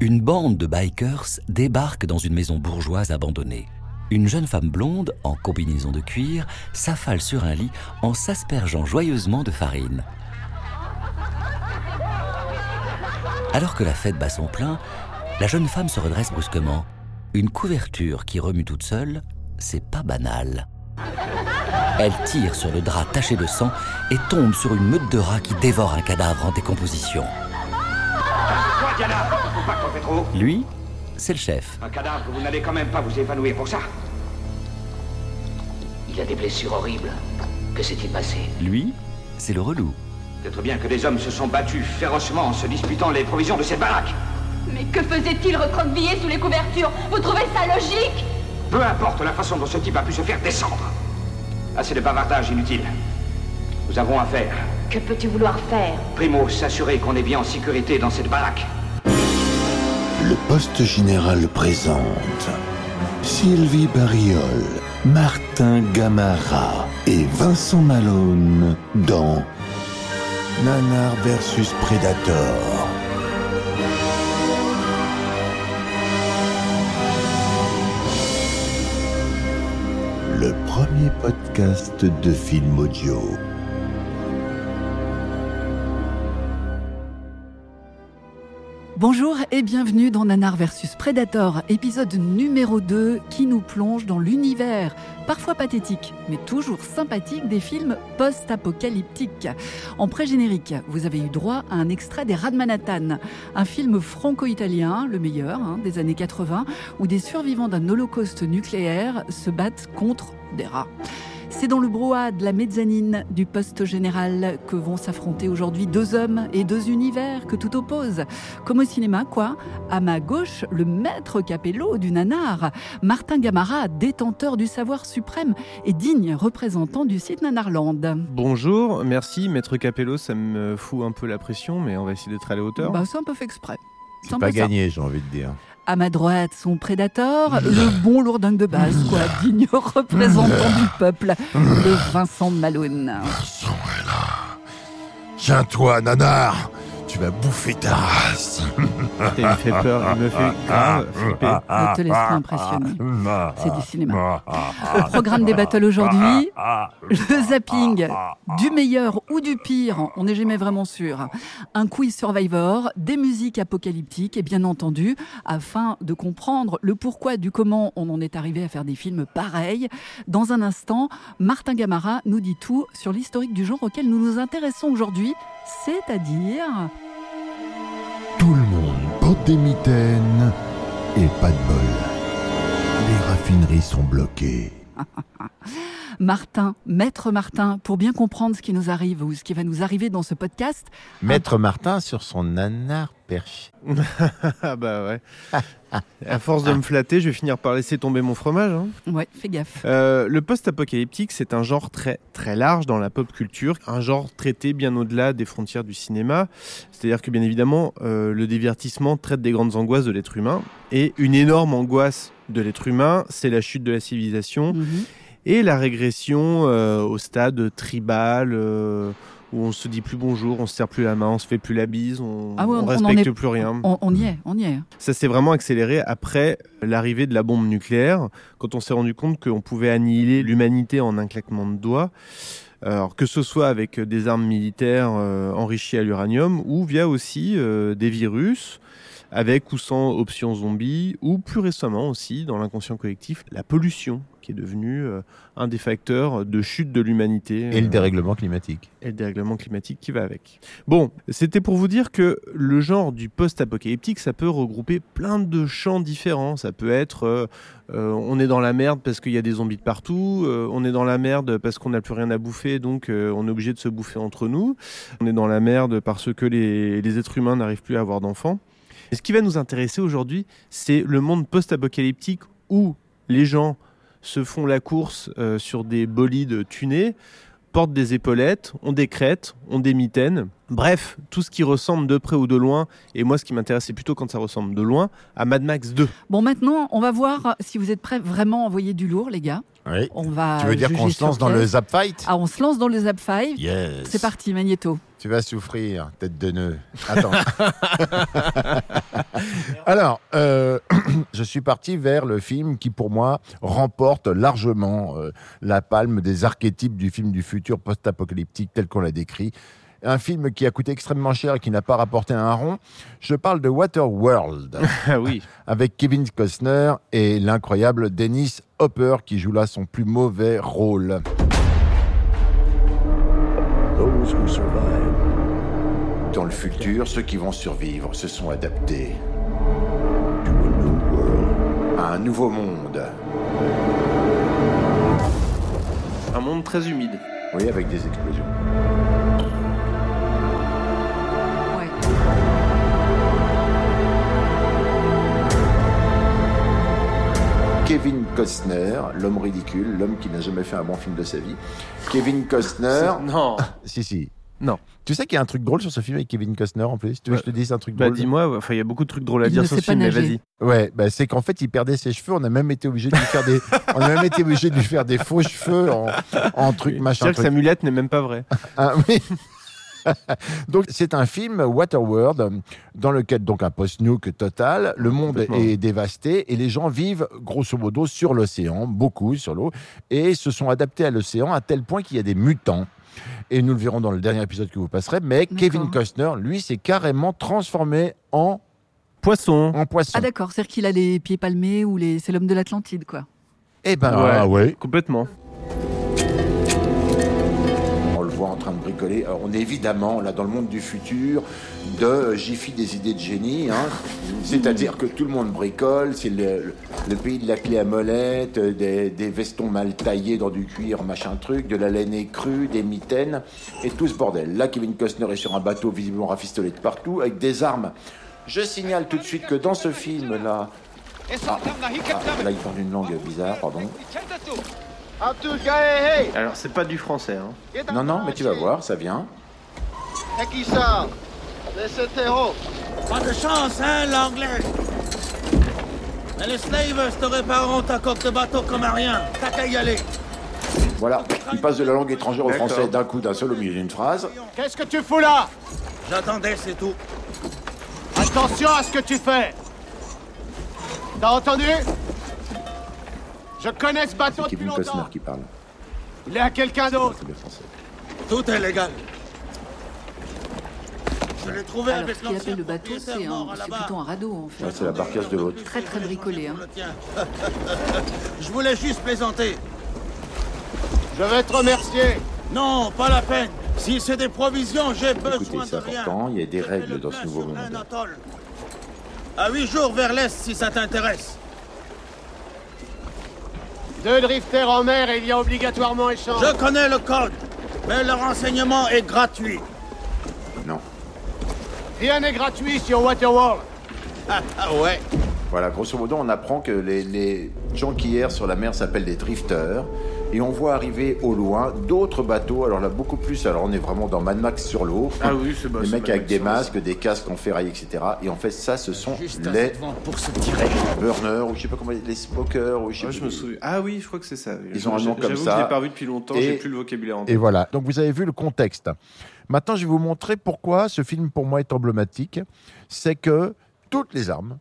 Une bande de bikers débarque dans une maison bourgeoise abandonnée. Une jeune femme blonde, en combinaison de cuir, s'affale sur un lit en s'aspergeant joyeusement de farine. Alors que la fête bat son plein, la jeune femme se redresse brusquement. Une couverture qui remue toute seule, c'est pas banal. Elle tire sur le drap taché de sang et tombe sur une meute de rats qui dévore un cadavre en décomposition. Toi, Diana, faut pas qu'on fait trop. Lui, c'est le chef. Un cadavre, vous n'allez quand même pas vous évanouir pour ça. Il a des blessures horribles. Que s'est-il passé Lui, c'est le relou. Peut-être bien que des hommes se sont battus férocement en se disputant les provisions de cette baraque. Mais que faisait-il recroquevillé sous les couvertures Vous trouvez ça logique Peu importe la façon dont ce type a pu se faire descendre. Assez de bavardage inutile. Nous avons affaire. Que peux-tu vouloir faire Primo, s'assurer qu'on est bien en sécurité dans cette baraque. Le poste général présente Sylvie Barriol, Martin Gamara et Vincent Malone dans Nanar versus Predator. Le premier podcast de film audio. Bonjour et bienvenue dans Nanar versus Predator, épisode numéro 2 qui nous plonge dans l'univers, parfois pathétique, mais toujours sympathique des films post-apocalyptiques. En pré-générique, vous avez eu droit à un extrait des Rats de Manhattan, un film franco-italien, le meilleur hein, des années 80, où des survivants d'un holocauste nucléaire se battent contre des rats. C'est dans le brouhaha de la mezzanine du poste général que vont s'affronter aujourd'hui deux hommes et deux univers que tout oppose. Comme au cinéma, quoi. À ma gauche, le maître capello du nanar, Martin Gamara, détenteur du savoir suprême et digne représentant du site Nanarland. Bonjour, merci. Maître Capello, ça me fout un peu la pression, mais on va essayer d'être à la hauteur. Bah, c'est un peu fait exprès. C'est un Pas peu ça. gagné, j'ai envie de dire. À ma droite, son prédateur, le bon lourdingue de base, quoi, digne représentant du peuple, le Vincent Malone. Vincent est là. Tiens-toi, nanar Tu vas bouffer ta race Putain, il me fait peur, il me fait ah, grave flipper. Ne Ah, te laisse pas impressionner. C'est du cinéma. Ah, Au programme des battles aujourd'hui, le zapping ah, du meilleur ou du pire, on n'est jamais vraiment sûr. Un quiz survivor, des musiques apocalyptiques et bien entendu, afin de comprendre le pourquoi du comment on en est arrivé à faire des films pareils, dans un instant, Martin Gamara nous dit tout sur l'historique du genre auquel nous nous intéressons aujourd'hui, c'est-à-dire... Tout le monde porte des mitaines et pas de bol. Les raffineries sont bloquées. Martin, Maître Martin, pour bien comprendre ce qui nous arrive ou ce qui va nous arriver dans ce podcast. Maître Martin sur son nanar perché. Ah bah ouais. À force de me flatter, je vais finir par laisser tomber mon fromage. hein. Ouais, fais gaffe. Euh, le post-apocalyptique, c'est un genre très très large dans la pop culture, un genre traité bien au-delà des frontières du cinéma. C'est-à-dire que bien évidemment, euh, le divertissement traite des grandes angoisses de l'être humain. Et une énorme angoisse de l'être humain, c'est la chute de la civilisation Mhm. et la régression euh, au stade tribal euh, où on se dit plus bonjour, on se serre plus la main, on se fait plus la bise, on, Ah ouais, on on- on en respecte est- plus rien. On, on y est, on y est. Ça s'est vraiment accéléré après l'arrivée de la bombe nucléaire, quand on s'est rendu compte qu'on pouvait annihiler l'humanité en un claquement de doigts. Alors que ce soit avec des armes militaires euh, enrichies à l'uranium ou via aussi euh, des virus avec ou sans option zombie ou plus récemment aussi dans l'inconscient collectif la pollution qui est devenue euh, un des facteurs de chute de l'humanité Et le Euh, dérèglement climatique. et le dérèglement climatique qui va avec. Bon, c'était pour vous dire que le genre du post-apocalyptique, ça peut regrouper plein de champs différents. Ça peut être euh, euh, on est dans la merde parce qu'il y a des zombies de partout, euh, on est dans la merde parce qu'on n'a plus rien à bouffer, donc euh, on est obligé de se bouffer entre nous, on est dans la merde parce que les, les êtres humains n'arrivent plus à avoir d'enfants. Et ce qui va nous intéresser aujourd'hui, c'est le monde post-apocalyptique où les gens se font la course euh, sur des bolides tunés portent des épaulettes, ont des crêtes, ont des mitaines. Bref, tout ce qui ressemble de près ou de loin, et moi ce qui m'intéresse c'est plutôt quand ça ressemble de loin, à Mad Max 2. Bon, maintenant, on va voir si vous êtes prêts vraiment à envoyer du lourd, les gars. Oui. On va. tu veux dire juger qu'on se sur lance dans pièce. le zap fight Ah, on se lance dans le Zap 5. Yes. C'est parti, Magneto. Tu vas souffrir, tête de nœud. Attends. Alors, euh, je suis parti vers le film qui, pour moi, remporte largement euh, la palme des archétypes du film du futur post-apocalyptique tel qu'on l'a décrit. Un film qui a coûté extrêmement cher et qui n'a pas rapporté un rond. Je parle de Waterworld Ah oui. avec Kevin Costner et l'incroyable Dennis Hopper qui joue là son plus mauvais rôle. Dans le futur, ceux qui vont survivre se sont adaptés à un nouveau monde. Un monde très humide. Oui, avec des explosions. Ouais. Kevin Costner, l'homme ridicule, l'homme qui n'a jamais fait un bon film de sa vie. Kevin Costner. C'est- Non. Si, si. Non. Tu sais qu'il y a un truc drôle sur ce film avec Kevin Costner en plus Tu veux que je te dise un truc Bah drôle dis-moi, ouais, enfin il y a beaucoup de trucs drôles à Il dire ne sur sait ce pas film, mais nager. vas-y. Ouais, bah c'est qu'en fait, il perdait ses cheveux. On a même été obligé de lui faire des, on a même été obligé de lui faire des faux cheveux en, en truc machin. C'est-à-dire que sa truc. mulette n'est même pas vraie. Ah, oui. donc c'est un film Waterworld dans lequel donc un post-nuke total, le monde Complètement. est dévasté et les gens vivent grosso modo sur l'océan, beaucoup sur l'eau et se sont adaptés à l'océan à tel point qu'il y a des mutants. Et nous le verrons dans le dernier épisode que vous passerez, mais D'accord. Kevin Costner, lui, s'est carrément transformé en, Poisson. en poisson. Ah d'accord, c'est-à-dire qu'il a les pieds palmés ou les... c'est l'homme de l'Atlantide, quoi. Eh ben, Ouais. ah ouais. Complètement. On le voit en train de bricoler. Alors, on est évidemment là dans le monde du futur de euh, Jiffy des idées de génie. hein. C'est-à-dire que tout le monde bricole. C'est le, le pays de la clé à molette, euh, des, des vestons mal taillés dans du cuir, machin truc, de la laine écrue, des mitaines et tout ce bordel. Là, Kevin Costner est sur un bateau visiblement rafistolé de partout avec des armes. Je signale tout de suite que dans ce film-là, ah, là il parle une langue bizarre, pardon. Alors c'est pas du français. Hein. Non, non, mais tu vas voir, ça vient. Pas de chance, hein, l'anglais Mais les slavers te répareront ta coque de bateau comme à rien. T'as qu'à y aller. Voilà, il passe de la langue étrangère au français d'un coup, d'un seul, au milieu d'une phrase. Qu'est-ce que tu fous là J'attendais, c'est tout. Attention à ce que tu fais T'as entendu Je connais ce bateau C'est Kevin Costner qui parle. Il est à quelqu'un d'autre. C'est le français. Tout est légal. Je l'ai trouvé Alors avec ce qu'il l'ancien appelle le bateau, c'est propriétaire un- mort à la c'est barre. plutôt un radeau en Là, fait. c'est la barcasse de l'autre. Très très bricolé. Hein. Le tien. Je voulais juste plaisanter. Je vais te remercier. Non, pas la peine. Si c'est des provisions, j'ai Écoutez, besoin c'est de rien. important, il y a des Je fais règles le dans plein ce nouveau sur monde. un atoll. À huit jours vers l'est, si ça t'intéresse. Deux drifters en mer et il y a obligatoirement échange. Je connais le code, mais le renseignement est gratuit. Non. Rien n'est gratuit sur Waterworld. Ah, ah ouais. Voilà, grosso modo, on apprend que les, les gens qui errent sur la mer s'appellent des drifters. Et on voit arriver au loin d'autres bateaux, alors là beaucoup plus. Alors on est vraiment dans Mad Max sur l'eau. Ah oui, c'est bah, Des c'est mecs Mad avec Max des sur l'eau, ça. masques, des casques en ferraille, etc. Et en fait, ça, ce sont Juste les pour se tirer. burners, ou je sais pas comment, les smokers, ou je sais Ah, plus. je me souviens. Ah oui, je crois que c'est ça. Ils ont un nom comme J'avoue ça. que je l'ai pas vu depuis longtemps, Et- j'ai plus le vocabulaire en Et tête. voilà. Donc vous avez vu le contexte. Maintenant, je vais vous montrer pourquoi ce film pour moi est emblématique. C'est que toutes les armes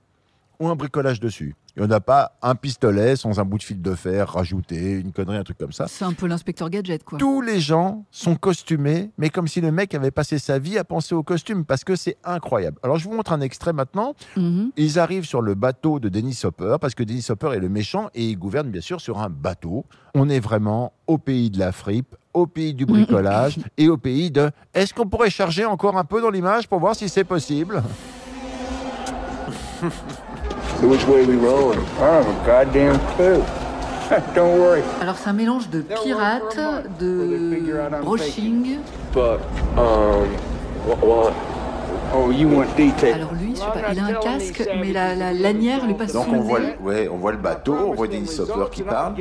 ont un bricolage dessus. Il n'y en a pas un pistolet sans un bout de fil de fer rajouté, une connerie, un truc comme ça. C'est un peu l'inspecteur gadget quoi. Tous les gens sont costumés, mais comme si le mec avait passé sa vie à penser au costume, parce que c'est incroyable. Alors je vous montre un extrait maintenant. Mhm. Ils arrivent sur le bateau de Dennis Hopper, parce que Dennis Hopper est le méchant et il gouverne bien sûr sur un bateau. On est vraiment au pays de la fripe, au pays du bricolage et au pays de est-ce qu'on pourrait charger encore un peu dans l'image pour voir si c'est possible Alors c'est un mélange de pirate, de brushing. um, oh, Alors lui, je sais pas, il a un casque, mais la, la lanière lui passe Donc sous on le voit, nez. le- ouais, on voit le bateau, on voit Dennis Hopper qui parle.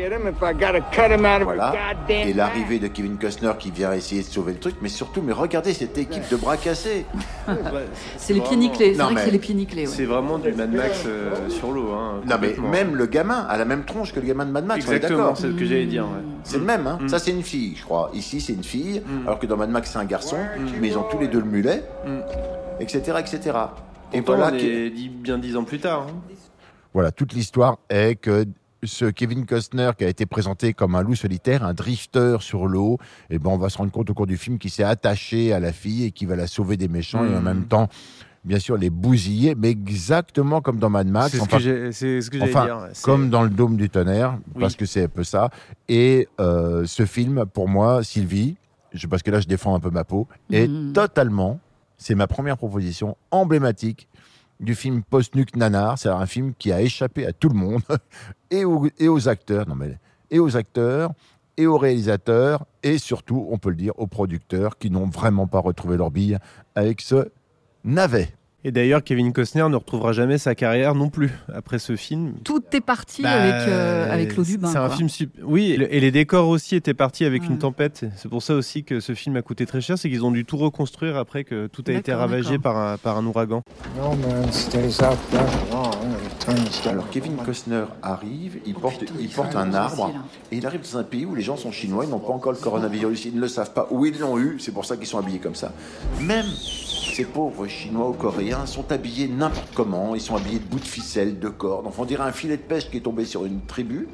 Voilà. Et l'arrivée de Kevin Costner qui vient essayer de sauver le truc, mais surtout, mais regardez cette équipe de bras cassés. C'est les pieds nickelés, c'est Non, vrai que mais- c'est les pieds nickelés. ouais. C'est vraiment du Mad Max euh, sur l'eau. Hein, Non mais complètement. même le gamin a la même tronche que le gamin de Mad Max, on est Exactement, d'accord. c'est ce que j'allais dire. ouais. C'est le même, hein. Mm. ça c'est une fille, je crois. Ici c'est une fille, alors que dans Mad Max c'est un garçon, mais ils ont tous les deux le mulet, etc. etc. Et Pourtant, voilà on qui- est dix- bien dix ans plus tard. hein. Voilà, toute l'histoire est que ce Kevin Costner qui a été présenté comme un loup solitaire, un drifter sur l'eau, et ben on va se rendre compte au cours du film qu'il s'est attaché à la fille et qui va la sauver des méchants et en Mhm. même temps, bien sûr, les bousiller, mais exactement comme dans Mad Max. C'est ce Enfin, que j'ai- c'est ce que j'allais enfin, dire. C'est- comme dans le Dôme du Tonnerre, Oui. parce que c'est un peu ça. Et euh, ce film, pour moi, Sylvie, je, parce que là, je défends un peu ma peau, est Mhm. Mm. totalement, c'est ma première proposition emblématique du film post-nuc nanar, c'est-à-dire un film qui a échappé à tout le monde et aux, et aux acteurs, non mais et aux acteurs et aux réalisateurs et surtout, on peut le dire, aux producteurs qui n'ont vraiment pas retrouvé leur bille avec ce navet. Et d'ailleurs, Kevin Costner ne retrouvera jamais sa carrière non plus après ce film. Tout est parti Bah, avec, euh, avec l'eau du bain. C'est un quoi. film sup- Oui, et le- et les décors aussi étaient partis avec Ouais. une tempête. C'est pour ça aussi que ce film a coûté très cher, c'est qu'ils ont dû tout reconstruire après que tout a été D'accord, ravagé d'accord. par un, par un ouragan. Alors Kevin Costner arrive, il Oh, porte, putain, il il porte fait un un arbre sourcil, hein. et il arrive dans un pays où les gens sont chinois, ils n'ont pas encore le coronavirus, ils ne le savent pas où ils l'ont eu, c'est pour ça qu'ils sont habillés comme ça. Même ces pauvres chinois ou coréens sont habillés n'importe comment, ils sont habillés de bouts de ficelle, de cordes, enfin on dirait un filet de pêche qui est tombé sur une tribu.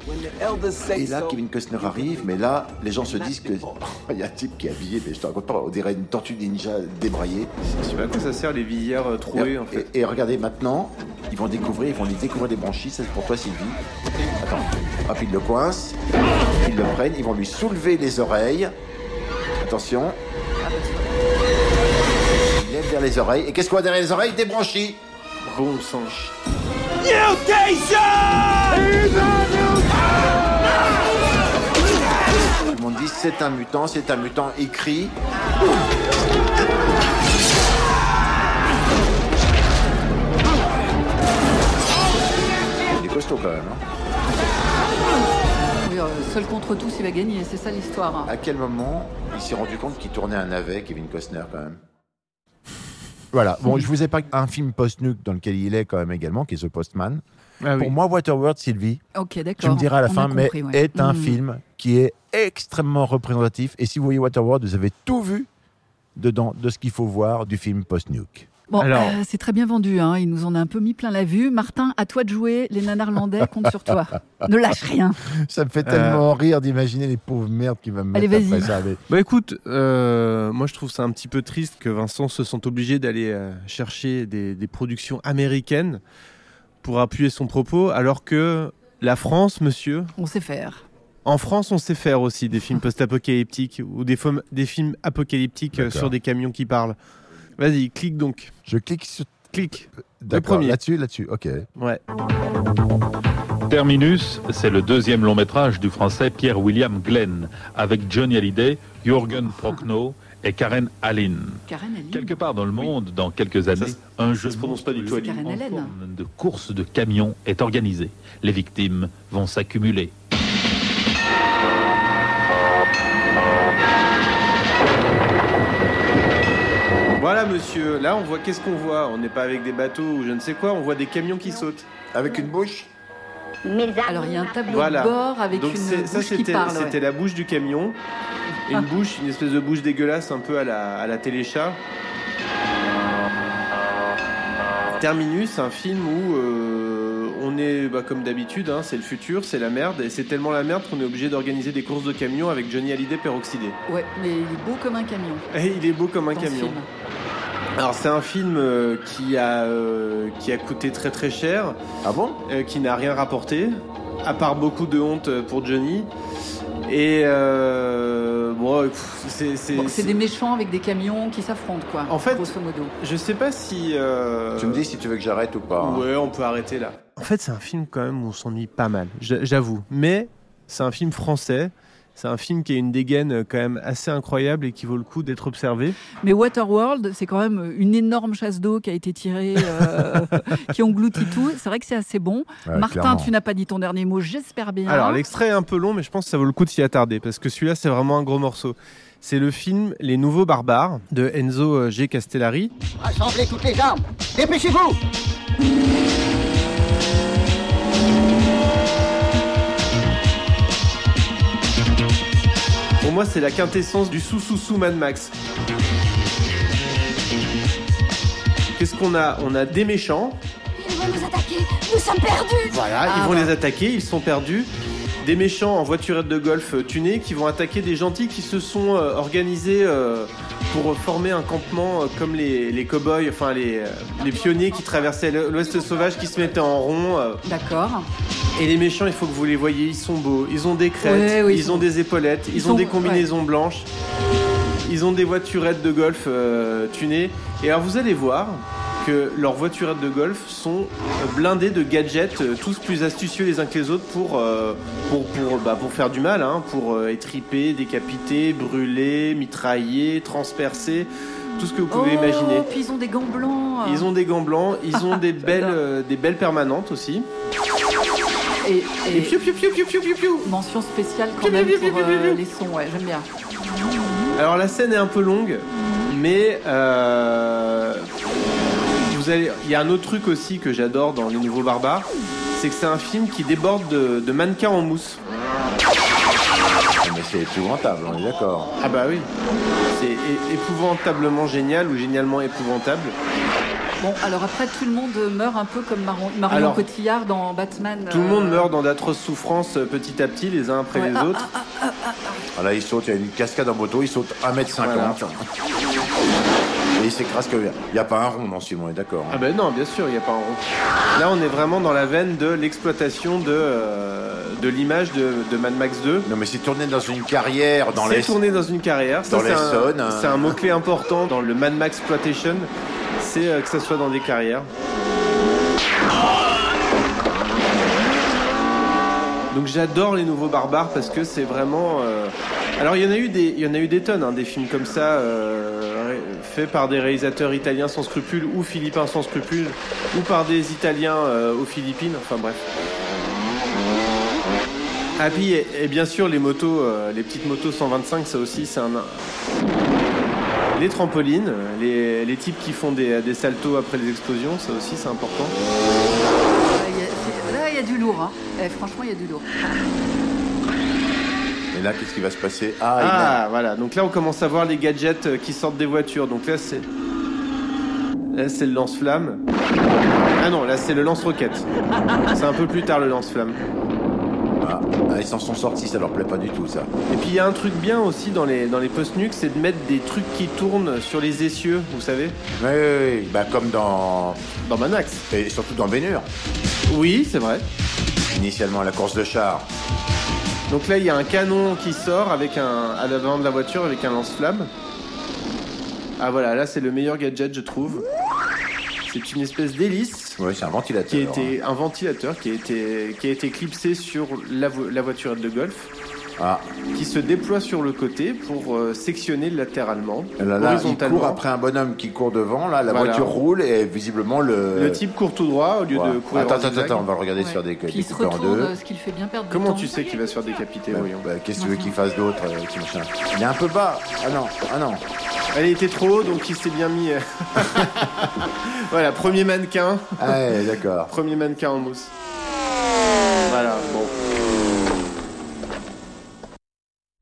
Et là Kevin Costner arrive, mais là les gens se disent que il y a un type qui est habillé, mais je te raconte pas, on dirait une tortue ninja débraillée. Je sais pas à quoi ça sert les visières euh, trouées et, en fait. et- et regardez maintenant, ils vont découvrir, ils vont lui découvrir des branchies, ça c'est pour toi Sylvie. Attends, hop, ils le coincent, ils le prennent, ils vont lui soulever les oreilles. Attention. Il lève vers les oreilles. Et qu'est-ce qu'on a derrière les oreilles Des branchies Bon sang. Tout le monde dit c'est un mutant, c'est un mutant, il crie. Il est costaud quand même. hein. Oui, euh, seul contre tous, il va gagner. C'est ça l'histoire. À quel moment il s'est rendu compte qu'il tournait un navet, Kevin Costner quand même Voilà. Bon, je vous ai pas un film post-nuc dans lequel il est quand même également, qui est The Postman. Ah Pour moi, Waterworld, Sylvie, Ok, tu Ah d'accord. me diras à la On a fin, mais compris, ouais. est un Mm. film qui est extrêmement représentatif. Et si vous voyez Waterworld, vous avez tout vu dedans de ce qu'il faut voir du film post-nuc. Bon, Alors- euh, c'est très bien vendu. Hein. Il nous en a un peu mis plein la vue. Martin, à toi de jouer. Les nanarlandais comptent sur toi. Ne lâche rien. Ça me fait Euh. tellement rire d'imaginer les pauvres merdes qui vont me Allez, mettre après vas-y. ça. mais- Bah écoute, euh, moi je trouve ça un petit peu triste que Vincent se sente obligé d'aller euh, chercher des, des productions américaines pour appuyer son propos, alors que la France, monsieur, On sait faire. En France, on sait faire aussi des films post-apocalyptiques ou des, fom- des films apocalyptiques euh, D'accord. sur des camions qui parlent. Vas-y, clique donc. Je clique sur... Clique. D'accord, premier. là-dessus, là-dessus, ok. Ouais. Terminus, c'est le deuxième long métrage du français Pierre-William Glenn, avec Johnny Hallyday, Jürgen Prochnow et Karen Allin. Karen, elle Quelque part dans le monde, dans quelques années, se- un ça jeu se prononce pas du tout, monstrueux Aline. Karen en Allen. forme de course de camions est organisé. Les victimes vont s'accumuler. Voilà, monsieur. Là, on voit qu'est-ce qu'on voit. On n'est pas avec des bateaux ou je ne sais quoi. On voit des camions qui sautent. Avec une bouche Alors, il y a un tableau Voilà. de bord avec donc, une c'est- bouche ça, qui c'était parle. ouais. c'était la bouche du camion. Et une bouche, une espèce de bouche dégueulasse, un peu à la, à la téléchat. Terminus, un film où euh, on est bah, comme d'habitude, hein, c'est le futur, c'est la merde, et c'est tellement la merde qu'on est obligé d'organiser des courses de camions avec Johnny Hallyday peroxydé. Ouais, mais il est beau comme un camion. Et il est beau comme un dans ce camion. film. Alors c'est un film euh, qui a euh, qui a coûté très très cher, Ah bon euh, qui n'a rien rapporté, à part beaucoup de honte euh, pour Johnny. Et euh, bon, pff, c'est c'est- Bon, c'est c'est- des méchants avec des camions qui s'affrontent, quoi. En fait- grosso modo. je sais pas si euh, Tu me dis si tu veux que j'arrête ou pas. hein. Ouais, on peut arrêter là. En fait, c'est un film quand même où on s'ennuie pas mal, j'a- j'avoue. Mais c'est un film français. C'est un film qui a une dégaine euh, quand même assez incroyable et qui vaut le coup d'être observé. Mais Waterworld, c'est quand même une énorme chasse d'eau qui a été tirée, euh, qui engloutit tout. C'est vrai que c'est assez bon. Ouais, Martin, clairement. tu n'as pas dit ton dernier mot, j'espère bien. Alors, l'extrait est un peu long, mais je pense que ça vaut le coup de s'y attarder parce que celui-là, c'est vraiment un gros morceau. C'est le film Les Nouveaux Barbares de Enzo euh, G. Castellari. Rassemblez toutes les armes Dépêchez-vous Pour moi, c'est la quintessence du sous-sous-sous Mad Max. Qu'est-ce qu'on a On a des méchants. Ils vont nous attaquer. Nous sommes perdus. Voilà, Ah, ils vont les attaquer, ils sont perdus. Des méchants en voiturette de golf euh, tunée qui vont attaquer des gentils qui se sont euh, organisés euh, pour former un campement euh, comme les, les cow-boys, enfin les, euh, les pionniers qui traversaient le- l'Ouest sauvage qui se mettaient en rond. euh, D'accord. Et les méchants, il faut que vous les voyez, ils sont beaux, ils ont des crêtes, Ouais, ouais, ils ils, sont- ont des épaulettes, ils, ils ont sont- des combinaisons blanches, ils ont des voiturettes de golf euh, tunées. Et alors vous allez voir que leurs voiturettes de golf sont euh, blindées de gadgets, euh, tous plus astucieux les uns que les autres pour, euh, pour, pour, bah, pour faire du mal, hein, pour euh, étriper, décapiter, brûler, mitrailler, transpercer, tout ce que vous pouvez oh, imaginer. puis ils ont des gants blancs. euh, Ils ont des gants blancs, ils ont des belles, J'adore. euh, des belles permanentes aussi. Et, Et et piou piou piou piou piou piou piou mention spéciale quand Piou, même piou, piou, pour piou, euh, piou. les sons, ouais, j'aime bien. Alors la scène est un peu longue, mais euh, vous allez- il y a un autre truc aussi que j'adore dans Les Nouveaux Barbares, c'est que c'est un film qui déborde de, de mannequins en mousse. Mais c'est épouvantable, on est d'accord. Ah bah oui, c'est é- épouvantablement génial ou génialement épouvantable. Bon, alors après, tout le monde meurt un peu comme Maron- Marion Alors, Cotillard dans Batman. Tout le euh, monde meurt dans d'atroces souffrances euh, petit à petit, les uns après ouais. les Ah, autres. ah, Ah Là, il saute, il y a une cascade en moto, il saute 1m50. Voilà. Et il s'écrase que. Il n'y a pas un rond dans ce film, on est d'accord. Ah ben non, bien sûr, il n'y a pas un rond. Là, on est vraiment dans la veine de l'exploitation de, euh, de l'image de, de Mad Max 2. Non, mais c'est tourné dans une carrière, dans c'est les. tourné dans une carrière. Ça, dans c'est l'Essonne, un, hein. c'est un mot-clé important dans le Mad Max Exploitation. C'est euh, que ça soit dans des carrières. Donc j'adore les nouveaux barbares parce que c'est vraiment. euh, Alors il y en a eu des, il y en a eu des tonnes, hein, des films comme ça euh, ré- faits par des réalisateurs italiens sans scrupules ou philippins sans scrupules ou par des Italiens euh, aux Philippines. Enfin bref. Ah puis et, et bien sûr les motos, euh, les petites motos 125, ça aussi c'est un. Les trampolines, les, les types qui font des, des saltos après les explosions, ça aussi c'est important. ah, ah, il y a- c'est- Là, il y a du lourd. hein. Eh, franchement, il y a du lourd. Et là, qu'est-ce qui va se passer Ah, il a- Ah voilà, donc là on commence à voir les gadgets euh, qui sortent des voitures. Donc là c'est. Là c'est le lance-flamme. Ah non, là c'est le lance-roquette. C'est un peu plus tard le lance-flamme. Ah, ah, ils s'en sont sortis, ça leur plaît pas du tout ça. Et puis il y a un truc bien aussi dans les, dans les post-nuques, c'est de mettre des trucs qui tournent sur les essieux, vous savez Oui, oui, oui, bah comme dans. Dans Manax. Et surtout dans Bénur, Oui, c'est vrai. initialement la course de char. Donc là, il y a un canon qui sort avec un, à l'avant de la voiture avec un lance-flamme. Ah voilà, là c'est le meilleur gadget, je trouve. C'est une espèce d'hélice Oui, c'est un ventilateur. qui a hein. été un ventilateur qui a été, qui a été clipsé sur la, vo- la voiturette de golf Ah, qui se déploie sur le côté pour euh, sectionner latéralement, Eh là, là, il horizontalement. court après un bonhomme qui court devant, là, la Voilà. voiture roule et visiblement le. Le type court tout droit au lieu Voilà. de courir. euh, Attends, en attends, zigzag. attends, on va le regarder Ouais. sur des, Puis des il se coupés en deux. retourne, euh, ce qu'il fait bien perdre du Comment temps. tu sais qu'il va se faire décapiter, Bah, voyons bah, Qu'est-ce que tu veux qu'il fasse d'autre euh, ce machin Il est un peu bas. Ah non, ah non. Elle était trop haut, donc il s'est bien mis. euh, voilà, premier mannequin. Ah, ouais, d'accord. Premier mannequin en mousse. Voilà, bon.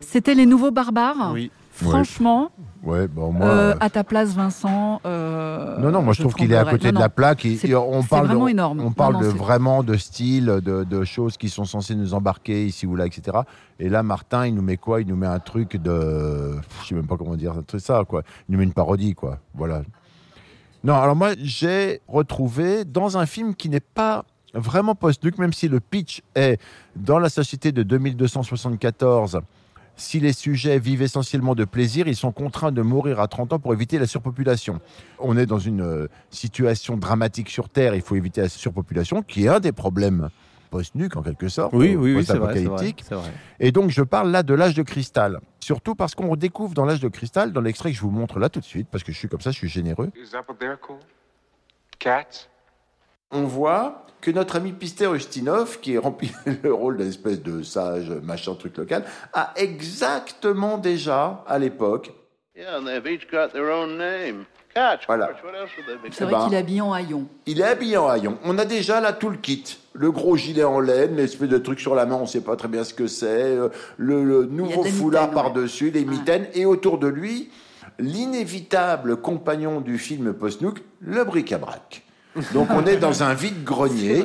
C'était les nouveaux barbares. Oui. Franchement, Ouais, bon, moi. euh, euh, à ta place, Vincent. euh, Non, non, moi je trouve qu'il est à tremblerais. côté Non, de la non. plaque. et- C'est- et on c'est parle de- vraiment énorme. On parle Non, non, de, c'est- vraiment de style, de, de choses qui sont censées nous embarquer ici ou là, etc. Et là, Martin, il nous met quoi Il nous met un truc de. Je sais même pas comment dire un truc ça, quoi. Il nous met une parodie, quoi. Voilà. Non, alors moi, j'ai retrouvé dans un film qui n'est pas vraiment post-nuc, même si le pitch est dans la société de 2274. Si les sujets vivent essentiellement de plaisir, ils sont contraints de mourir à 30 ans pour éviter la surpopulation. On est dans une euh, situation dramatique sur Terre, il faut éviter la surpopulation, qui est un des problèmes post-nuc en quelque sorte, euh, post-apocalyptique. Et donc je parle là de l'âge de cristal, surtout parce qu'on redécouvre dans l'âge de cristal, dans l'extrait que je vous montre là tout de suite, parce que je suis comme ça, je suis généreux. Is that what they're called? Cats? on voit que notre ami Pister Ustinov, qui remplit le rôle d'un espèce de sage machin truc local, a exactement déjà, à l'époque, Yeah, and they've each got their own name. Catch, of Voilà. course. What else would they be? C'est Eh vrai ben. qu'il est habillé en haillons. Bah, il est habillé en haillons. On a déjà là tout le kit. Le gros gilet en laine, l'espèce de truc sur la main, on sait pas très bien ce que c'est, euh, le, le Il y a nouveau des foulard mitaines, ouais. par-dessus, les Ouais. mitaines, et autour de lui, l'inévitable compagnon du film Postnouk, le bric-à-brac. Donc on est dans un vide-grenier,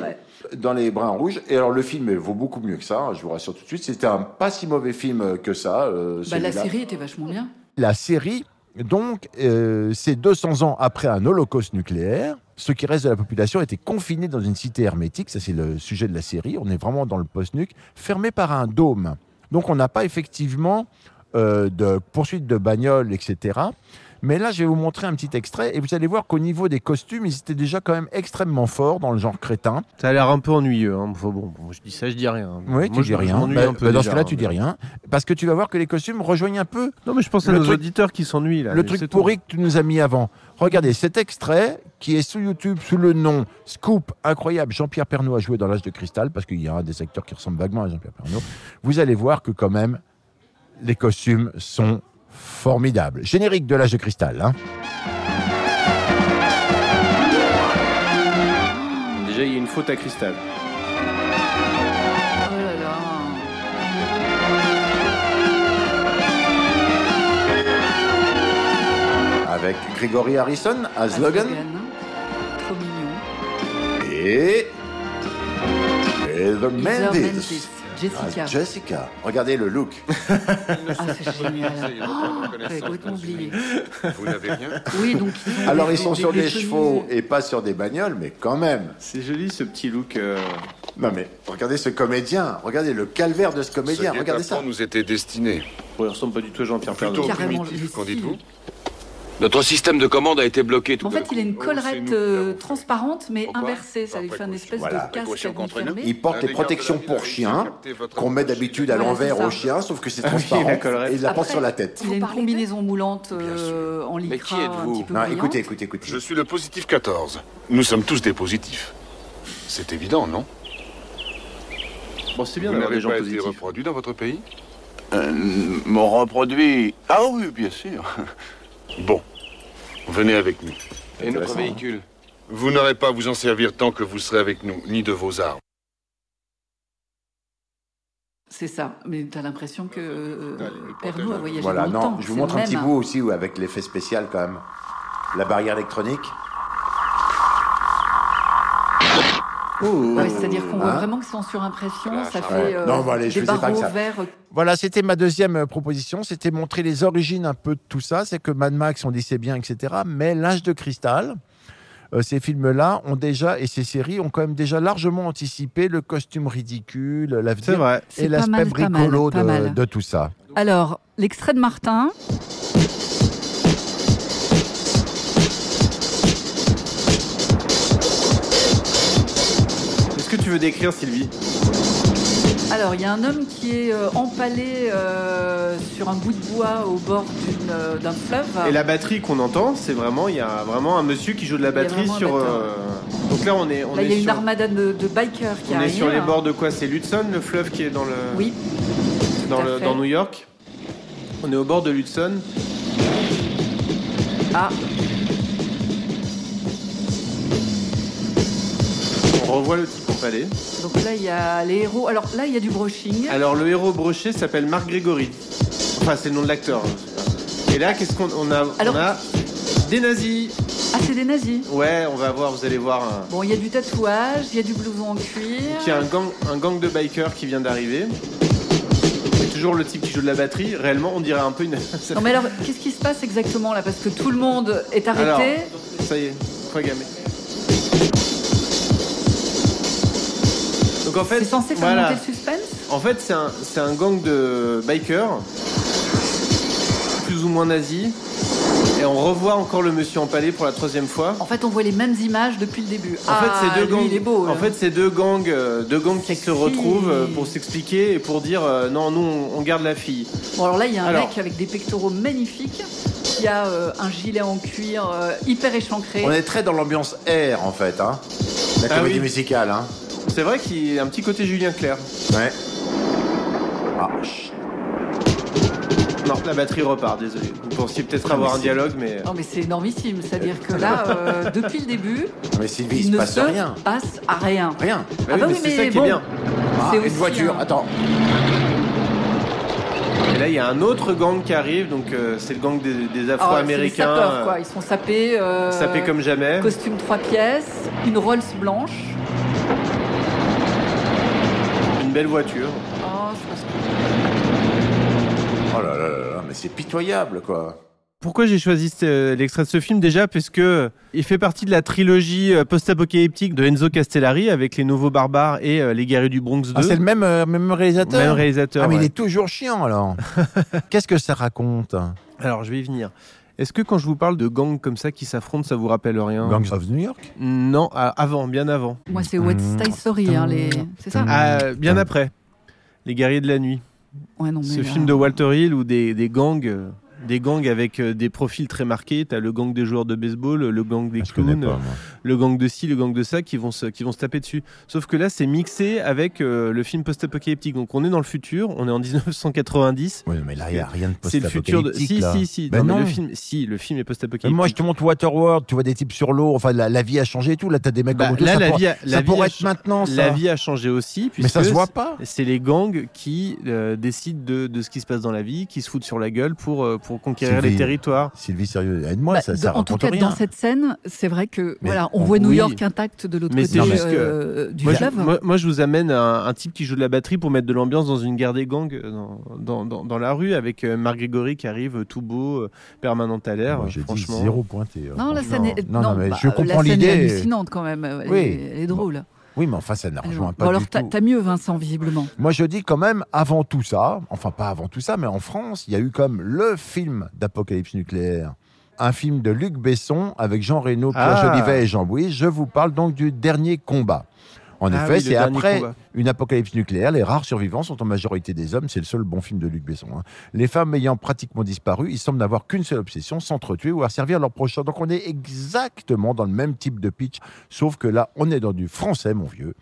dans les brins rouges. Et alors le film il vaut beaucoup mieux que ça, hein, je vous rassure tout de suite. C'était un pas si mauvais film que ça. euh, Bah, la celui-là. série était vachement bien. La série, donc, euh, c'est 200 ans après un holocauste nucléaire. Ce qui reste de la population était confiné dans une cité hermétique. Ça, c'est le sujet de la série. On est vraiment dans le post-nuc, fermé par un dôme. Donc, on n'a pas effectivement euh, de poursuite de bagnoles, etc. Mais là, je vais vous montrer un petit extrait et vous allez voir qu'au niveau des costumes, ils étaient déjà quand même extrêmement forts dans le genre crétin. Ça a l'air un peu ennuyeux. hein. Enfin, bon, bon, je dis ça, je dis rien. Oui, Moi, tu je- dis je rien. m'ennuie Bah, un peu bah, dans ce déjà, cas-là, tu mais- dis rien. Parce que tu vas voir que les costumes rejoignent un peu Non, mais je pense à Le nos truc- auditeurs qui s'ennuient là. le mais truc c'est pourri que tu nous as mis avant. Regardez cet extrait qui est sur YouTube sous le nom Scoop incroyable. Jean-Pierre Pernaud a joué dans l'âge de cristal parce qu'il y a un des acteurs qui ressemble vaguement à Jean-Pierre Pernaud. Vous allez voir que quand même les costumes sont formidables. Générique de l'âge de cristal. hein. Déjà, il y a une faute à Cristal. Oh là là. Avec Grégory Harrison as Logan. hein. Trop mignon. Et. Et The Mendes, Mendes. Jessica. Ah, Jessica. Regardez le look. Ah, c'est génial. Oh, j'avais complètement oublié. Vous n'avez rien Oui, donc. ils ont Alors des- ils sont des- sur des des tenues. chevaux et pas sur des bagnoles, mais quand même. C'est joli ce petit look. euh, Non mais regardez ce comédien, regardez le calvaire de ce comédien, Ce regardez ça. guet-apens nous était destiné. ouais, il ressemble pas du tout à Jean-Pierre Pernaut. Plutôt Carrément, primitif, le qu'en style. dites-vous Notre système de commande a été bloqué tout En d'un fait, coup. il a une Oh, c'est collerette nous qui euh, l'avons fait. transparente, mais Pourquoi inversée. Ça Par lui fait un précaution. espèce Voilà. de casque Précaution à demi contre nous. fermé. Il porte Un les des protections gardes de la pour ville a chiens capté votre qu'on met attention. d'habitude à Voilà, l'envers Ah c'est ça. Ah aux chiens, sauf que c'est la transparent collerette. et il la porte Après, sur la tête. Il a une parlez combinaison moulante euh, en Mais lycra, qui un êtes-vous petit peu Non, brillante. écoutez, écoutez, écoutez. Je suis le positif 14. Nous sommes tous des positifs. C'est évident, non Bon, c'est bien Vous d'avoir des n'avez gens pas été positifs. reproduit dans votre pays M'ont reproduit. Ah oui, bien sûr. Bon, venez avec nous. Et notre Intéressant, véhicule Vous n'aurez pas à vous en servir tant que vous serez avec nous, ni de vos armes. C'est ça. Mais t'as l'impression que euh, Allez, le Pernaut a protège. voyagé Voilà, longtemps. non, je vous C'est montre le un petit même. bout aussi où avec l'effet spécial quand même. La barrière électronique. Ouais, C'est-à-dire qu'on voit Hein vraiment que c'est en surimpression. Voilà, ça ça- fait Ouais. euh, Non, bon, allez, je des faisais pas que barreaux ça. verts. Voilà, c'était ma deuxième euh, proposition. C'était montrer les origines un peu de tout ça. C'est que Mad Max, on dit c'est bien, etc. Mais l'âge de cristal, euh, ces films-là ont déjà, et ces séries ont quand même déjà largement anticipé le costume ridicule, C'est l'avenir vrai. C'est et pas l'aspect mal, pas mal, bricolo pas de, mal. de tout ça. Alors, l'extrait de Martin. Est-ce que tu veux décrire, Sylvie Alors, il y a un homme qui est euh, empalé euh, sur un bout de bois au bord d'une, euh, d'un fleuve. Et la batterie qu'on entend, c'est vraiment, il y a vraiment un monsieur qui joue de la Il y a batterie vraiment un sur. batteur. euh, Donc là, on est, on Là, il y a est une sur, armada de, de bikers qui on est arrive. sur les bords de quoi C'est Lutson, le fleuve qui est dans le, Oui, dans, à le- fait. dans New York. On est au bord de Lutson. ah, On revoit le type empalé. donc là, il y a les héros. Alors là, il y a du brushing. Alors le héros broché s'appelle Marc Grégory. Enfin, c'est le nom de l'acteur. Et là, qu'est-ce qu'on on a Alors- On a des nazis. Ah, c'est des nazis. Ouais, on va voir. Vous allez voir. un- Bon, il y a du tatouage, il y a du blouson en cuir. qui a un gang, un gang de bikers qui vient d'arriver. C'est toujours le type qui joue de la batterie. Réellement, on dirait un peu une. ça Non, mais alors, qu'est-ce qui se passe exactement là Parce que tout le monde est fait- Alors, arrêté. ça y est, faut gamer. Donc en fait, c'est censé faire voilà. monter le suspense En fait, c'est un, c'est un gang de bikers, plus ou moins nazis. Et on revoit encore le monsieur empalé pour la troisième fois. En fait, on voit les mêmes images depuis le début. En fait, ah, c'est deux lui, gangs. il est beau. en là. fait, c'est deux gangs, euh, deux gangs qui Sexy. se retrouvent euh, pour s'expliquer et pour dire euh, non, nous, on- on garde la fille. Bon alors là il y a un Alors. mec avec des pectoraux magnifiques qui a euh, un gilet en cuir euh, hyper échancré. On est très dans l'ambiance air en fait, hein. La Ah comédie oui. musicale, hein. C'est vrai qu'il a un petit côté Julien Clerc. Ouais. Ah, chut. Non, la batterie repart, désolé. Vous pensiez peut-être avoir un dialogue, mais. Non mais c'est énormissime, c'est-à-dire que là euh, depuis le début mais Sylvie, il il se ne passe se rien. passe à rien. Rien. Ah bah oui, euh, c'est ça mais Bah, qui est bon. bien. Ah, C'est une aussi voiture, un- attends. Et là, il y a un autre gang qui arrive, donc euh, c'est le gang des, Oh, des Afro-Américains. Ah ouais, c'est les sapeurs, euh, quoi. Ils sont sapés. euh, sapés comme jamais. Costume trois pièces, une Rolls blanche. Une belle voiture. Oh, je pense que- Oh là là là là, mais c'est pitoyable, quoi. Pourquoi j'ai choisi ce- l'extrait de ce film déjà Parce que il fait partie de la trilogie euh, post-apocalyptique de Enzo Castellari avec Les Nouveaux Barbares et euh, Les Guerriers du Bronx 2. Ah, c'est le même, euh, même réalisateur Même réalisateur, Ah, mais ouais. il est toujours chiant alors. Qu'est-ce que ça raconte Alors, je vais y venir. Est-ce que quand je vous parle de gangs comme ça qui s'affrontent, ça vous rappelle rien Gangs of New York Non, à- avant, bien avant. Moi, c'est West Side Story, hein, les... c'est ça Ah, bien après, Les Guerriers de la Nuit. Ouais, non, mais euh, Ce là- film de Walter Hill où des, des gangs, euh, des gangs avec euh, des profils très marqués. T'as le gang des joueurs de baseball, le gang des clowns, Ah, pas, euh, le gang de ci, le gang de ça, qui vont se, qui vont se taper dessus. Sauf que là, c'est mixé avec euh, le film post-apocalyptique. Donc on est dans le futur, on est en 1990. Oui, mais là, il n'y a rien de C'est le futur de. post-apocalyptique, Si, là. si, si. Ben non, non. mais le film, si, le film est Mais post-apocalyptique. Moi, je te montre Waterworld, tu vois des types sur l'eau, enfin, la, la vie a changé et tout. Là, t'as des mecs Bah, comme tout, là, ça la pourra- vie a- la ça vie pourrait a être ch- maintenant, ça. La vie a changé aussi. Mais ça puisque se voit c'est- pas. C'est les gangs qui euh, décident de, de ce qui se passe dans la vie, qui se foutent sur la gueule pour, euh, pour conquérir Sylvie. les territoires. Sylvie, sérieux, aide-moi, Bah, ça, ça dans- en tout raconte cas, rien. dans cette scène, c'est vrai que Mais voilà, on on- voit New oui. York intact de l'autre Mais côté c'est juste que- euh, du Moi je, fleuve. moi- moi, je vous amène un, un type qui joue de la batterie pour mettre de l'ambiance dans une guerre des gangs euh, dans, dans, dans- dans la rue avec euh, Marc Grégory qui arrive euh, tout beau, euh, permanent à l'air. Moi, euh, j'ai dit franchement, zéro pointé. euh, Non, la franchement. scène est, Non, non, mais bah, je euh, comprends la scène est l'idée. hallucinante quand même. Elle, Oui. est, elle est drôle. Oui, mais enfin, ça ne la Elle est rejoint drôle. pas Bon, du alors, t'as tout. t'as mieux, Vincent, visiblement. Moi, je dis quand même, avant tout ça, enfin pas avant tout ça, mais en France, il y a eu comme le film d'apocalypse nucléaire. Un film de Luc Besson avec Jean Reno, Pierre Ah. Jolivet et Jean Bouy. Je vous parle donc du dernier combat. En Ah effet, oui, le c'est dernier après combat. une apocalypse nucléaire. Les rares survivants sont en majorité des hommes. C'est le seul bon film de Luc Besson. hein. Les femmes ayant pratiquement disparu, ils semblent n'avoir qu'une seule obsession, s'entretuer ou asservir leurs prochains. Donc on est exactement dans le même type de pitch, sauf que là, on est dans du français, mon vieux.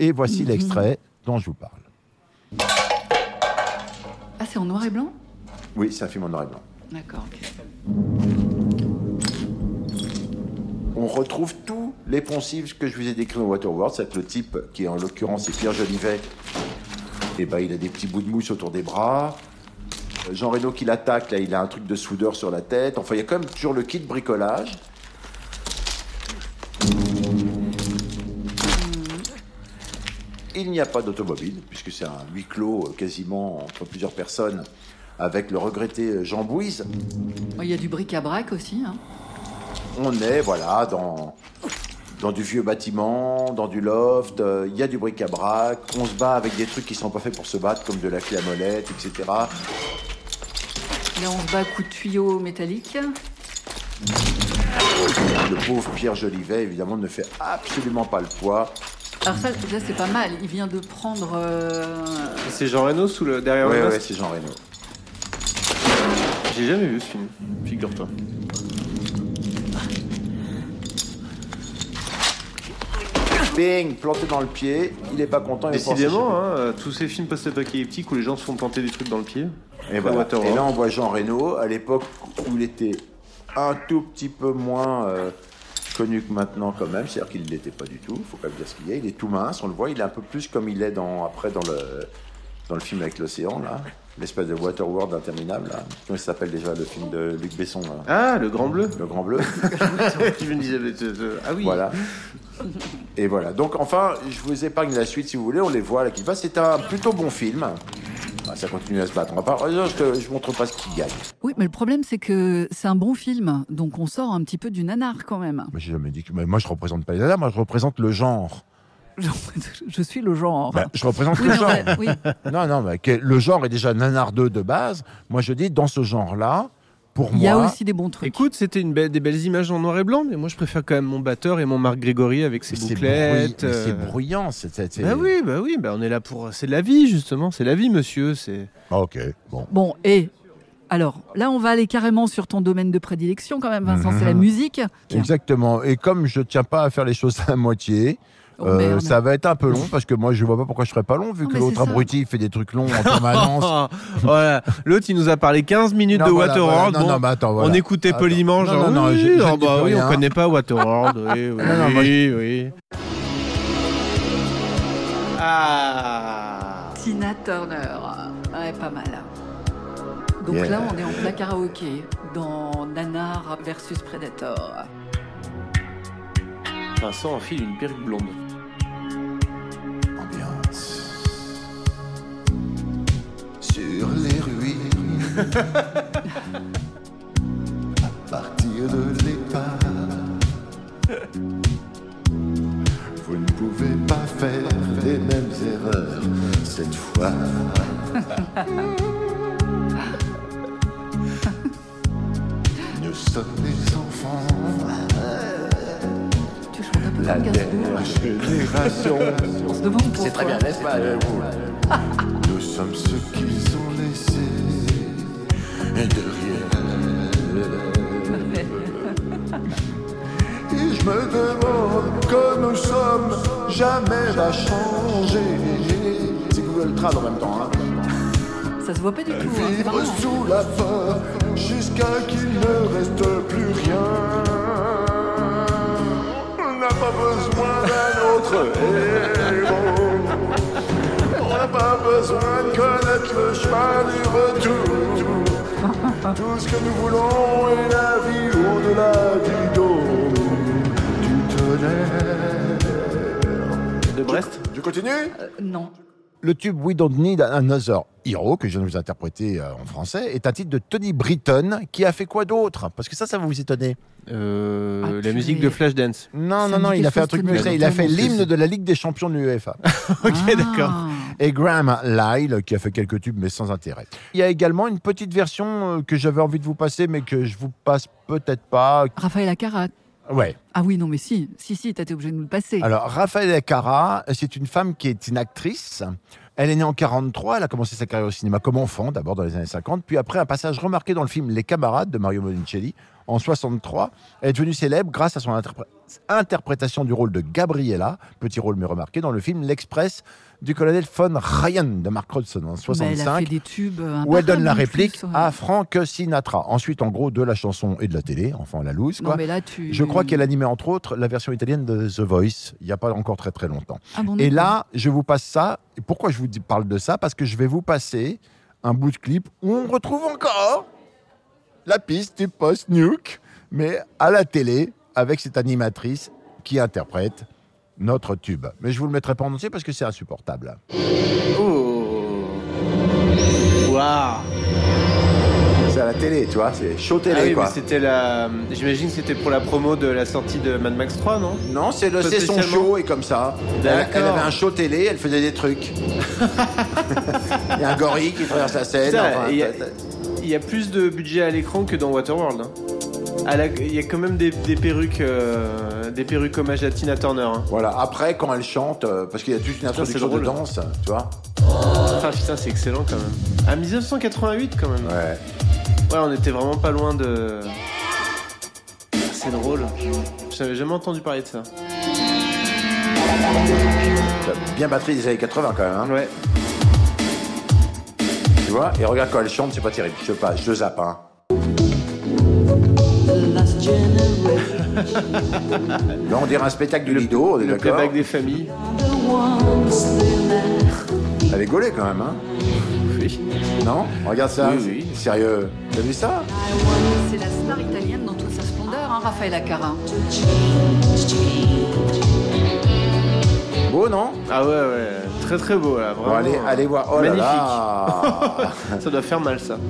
Et voici Mhm. l'extrait dont je vous parle. Ah, c'est en noir et blanc Oui, c'est un film en noir et blanc. D'accord. ok. On retrouve tous les poncifs que je vous ai décrits dans Waterworld, c'est que le type, qui en l'occurrence est Pierre Jolivet, et ben, il a des petits bouts de mousse autour des bras. Euh, Jean Reno qui l'attaque, là, il a un truc de soudeur sur la tête. Enfin, il y a quand même toujours le kit bricolage. Il n'y a pas d'automobile, puisque c'est un huis clos euh, quasiment entre plusieurs personnes, avec le regretté euh, Jean Bouise. Ouais, Il y a du bric-à-brac aussi. hein. On est, voilà, dans, dans du vieux bâtiment, dans du loft, euh, il y a du bric-à-brac, on se bat avec des trucs qui sont pas faits pour se battre, comme de la clé à molette, etc. Là, on se bat à coups de tuyaux métalliques. Le pauvre Pierre Jolivet, évidemment, ne fait absolument pas le poids. Alors, ça, déjà, c'est pas mal. Il vient de prendre. euh, C'est Jean Reno sous le, derrière Ouais, le ouais, masque. c'est Jean Reno. J'ai jamais vu ce film, figure-toi. Bing, planté dans le pied, il est pas content. il va pouvoir Décidément, hein, euh, tous ces films post-apocalyptiques où les gens se font planter des trucs dans le pied. Et, voilà. Waterworld. Et là, on voit Jean Reno, à l'époque où il était un tout petit peu moins euh, connu que maintenant, quand même. C'est-à-dire qu'il ne l'était pas du tout, faut pas bien ce qu'il est. Il est tout mince, on le voit. Il est un peu plus comme il est dans, après dans le, dans le film avec l'océan, là. L'espèce de Waterworld interminable, là. Comment il s'appelle déjà le film de Luc Besson, là Ah, le grand bleu. Le Grand Bleu. Je me disais, mais, euh, euh, ah oui. Voilà. Et voilà. Donc, enfin, je vous épargne la suite si vous voulez. On les voit là qui va. C'est un plutôt bon film. Ah, Ça continue à se battre. On va pas- Je ne montre pas ce qu'il gagne. Oui, mais le problème, c'est que c'est un bon film. Donc, on sort un petit peu du nanar quand même. Moi, j'ai jamais dit que. mais moi, je représente pas les nanas, moi, je représente le genre. Je suis le genre. Bah, je représente Oui, le mais on genre. va- oui. Non, non, mais que- le genre est déjà nanardeux de base. Moi, je dis, dans ce genre-là, pour Il y a moi. aussi des bons trucs. Écoute, c'était une belle- des belles images en noir et blanc, mais moi je préfère quand même mon batteur et mon Marc Grégory avec ses mais C'est bruit- bouclettes. mais c'est euh, bruyant. c'est- c'est- c'est- Bah Ben oui, bah oui, bah on est là pour. C'est de la vie, justement, c'est la vie, monsieur. C'est. Ah, ok, bon. Bon, et alors là, on va aller carrément sur ton domaine de prédilection quand même, Vincent. Mhm. C'est la musique. Exactement. Et comme je tiens pas à faire les choses à moitié, Oh, euh, merde. ça va être un peu long parce que moi, je vois pas pourquoi je ferais pas long vu Non, que mais l'autre c'est ça. abruti il fait des trucs longs en permanence. Oh, voilà. L'autre, il nous a parlé 15 minutes Non, de voilà, Waterworld. voilà. Non, bon, non, mais attends, voilà. On écoutait Attends. poliment, Non, genre. non, non, oui, je- je ah ne dis bah plus oui, rien. on connaît pas Waterworld. Oui, oui, Non, non, moi, oui, oui. Ah Tina Turner. Ouais, pas mal. Donc Yeah. là, on est en plein karaoké, dans Nanar versus Predator. Vincent enfile une perruque blonde. Ambiance. Sur les ruines. à partir de l'épave. Vous ne pouvez pas faire les mêmes erreurs cette fois. Nous sommes les enfants. Tu chantes un peu La comme Gainsbourg. dernière génération. On se demande pourquoi. C'est très bien, n'est-ce pas euh, Nous sommes ceux qu'ils ont laissés euh, derrière. Et je me demande que nous sommes jamais à changer. C'est Google Trad en même temps. Hein. Ça se voit pas du Euh, tout. hein, c'est marrant, Vivre hein. sous la peur jusqu'à qu'il ne reste plus rien. On n'a pas besoin d'un autre héros. On n'a pas besoin de connaître le chemin du retour. Tout ce que nous voulons est la vie au-delà du dôme du tonnerre. De Brest Tu continues Non. Le tube We Don't Need Another Hero, que je viens de vous interpréter euh, en français, est un titre de Tony Britton, qui a fait quoi d'autre Parce que ça, ça va vous étonner. Euh, tu la musique es- de Flashdance. Non, non, non, il a fait un truc mieux que ça. Il a fait l'hymne de la Ligue des Champions de l'UEFA. ok, Ah. d'accord. Et Graham Lyle, qui a fait quelques tubes, mais sans intérêt. Il y a également une petite version euh, que j'avais envie de vous passer, mais que je vous passe peut-être pas. Raphaël Accarat. Ouais. Ah oui, non, mais si, si, si, t'as été obligé de nous le passer. Alors, Raphaël Cara, c'est une femme qui est une actrice. Elle est née en 43, elle a commencé sa carrière au cinéma comme enfant, d'abord dans les années 50, puis après un passage remarqué dans le film Les Camarades de Mario Monicelli en 63. Elle est devenue célèbre grâce à son interpr- interprétation du rôle de Gabriella, petit rôle mais remarqué, dans le film L'Express du colonel von Ryan de Mark Rodson en Mais elle a 65 fait des tubes. euh, où elle imparables donne la en plus, euh, réplique Ah, ouais. à Frank Sinatra. Ensuite, en gros, de la chanson et de la télé, enfin la loose. Non, quoi. mais là, tu- Je crois qu'elle animait entre autres la version italienne de The Voice, il n'y a pas encore très très longtemps. Ah, bon, et d'accord. là, je vous passe ça. Et pourquoi je vous dis- parle de ça Parce que je vais vous passer un bout de clip où on retrouve encore la piste du post-nuke, mais à la télé, avec cette animatrice qui interprète notre tube. Mais je vous le mettrai pas en entier parce que c'est insupportable. Oh. Waouh. C'est à la télé, tu vois, c'est chaud Ah télé oui, quoi. mais c'était la. J'imagine que c'était pour la promo de la sortie de Mad Max 3, non Non, c'est le Pas c'est son spécialement. show et comme ça. Elle, D'accord. elle avait un show télé, elle faisait des trucs. Il y a un gorille qui traverse la scène. Putain, enfin, il y a- t'as- t'as- Il y a plus de budget à l'écran que dans Waterworld. hein. À la- Il y a quand même des, des perruques, euh, des perruques hommage à Tina Turner. hein. Voilà, après quand elle chante, euh, parce qu'il y a toute une Putain, c'est introduction de drôle. danse, tu vois. Ah putain, c'est excellent quand même. À 1988 quand même. Ouais. Ouais, on était vraiment pas loin de. Ah, C'est drôle. J'avais jamais entendu parler de ça. T'as Bien batterie des années 80 quand même. hein. Ouais. Tu vois, et regarde quand elle chante, c'est pas terrible. Je sais pas, je zappe. Hein. Là, on dirait un spectacle du Lido, on est Le d'accord playback des familles. Elle est gaulée quand même, hein Oui. Non Regarde ça. Oui, oui. Sérieux. T'as vu ça euh, C'est la star italienne dans toute sa splendeur, hein, Raphaël Accarat. Ah, Beau, non Ah ouais, ouais. Très très beau là, vraiment. Bon, allez, allez voir. Oh là Magnifique. là ça doit faire mal ça.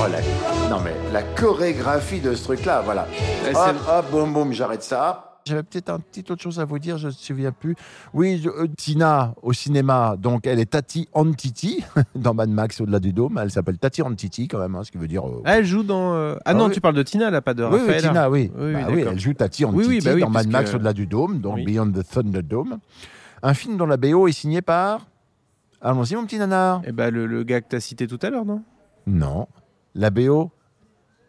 Oh, la- Non mais la chorégraphie de ce truc-là, voilà. Eh, Hop, c'est- hop, boum, boum, j'arrête ça. J'avais peut-être un petit autre chose à vous dire, je ne me souviens plus. Oui, je- euh, Tina au cinéma, donc elle est Tati Antiti dans Mad Max au-delà du dôme. Elle s'appelle Tati Antiti quand même, hein, ce qui veut dire. euh, Ah, elle joue dans. euh, Ah, Ah non, oui. tu parles de Tina là, pas de oui, Raphaël. oui, hein. Tina, oui. Oui, oui, Bah oui, d'accord. elle joue Tati Oui, oui, Antiti bah oui, dans Mad puisque- Max au-delà du dôme, donc Oui. Beyond the Thunderdome. Un film dont la BO est signée par. Allons-y, mon petit nanar. Eh ben, le, le gars que t'as cité tout à l'heure, non Non. La BO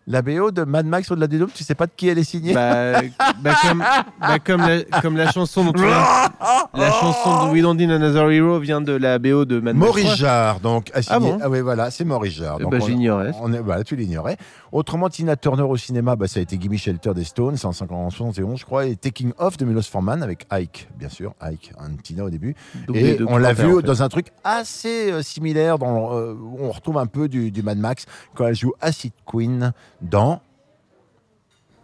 La BO de Mad Max au-delà des dômes, tu sais pas de qui elle est signée Bah, bah, comme, bah, comme la, comme la chanson dont tu as- La chanson de We Don't Need Another Hero vient de la BO de Mad Max. Maurice Jarre, donc, a signé- bon ah oui, voilà, c'est Maurice Jarre. Eh Donc, ben, on- j'ignorais. on est- voilà, tu l'ignorais. Autrement, Tina Turner au cinéma, bah, ça a été Gimme Shelter des Stones en 71, je crois, et Taking Off de Milos Forman avec Ike, bien sûr, Ike, un Tina au début. Double Et des deux on l'a commentaires, vu en fait. dans un truc assez euh, similaire, dans, euh, où on retrouve un peu du, du Mad Max quand elle joue Acid Queen dans.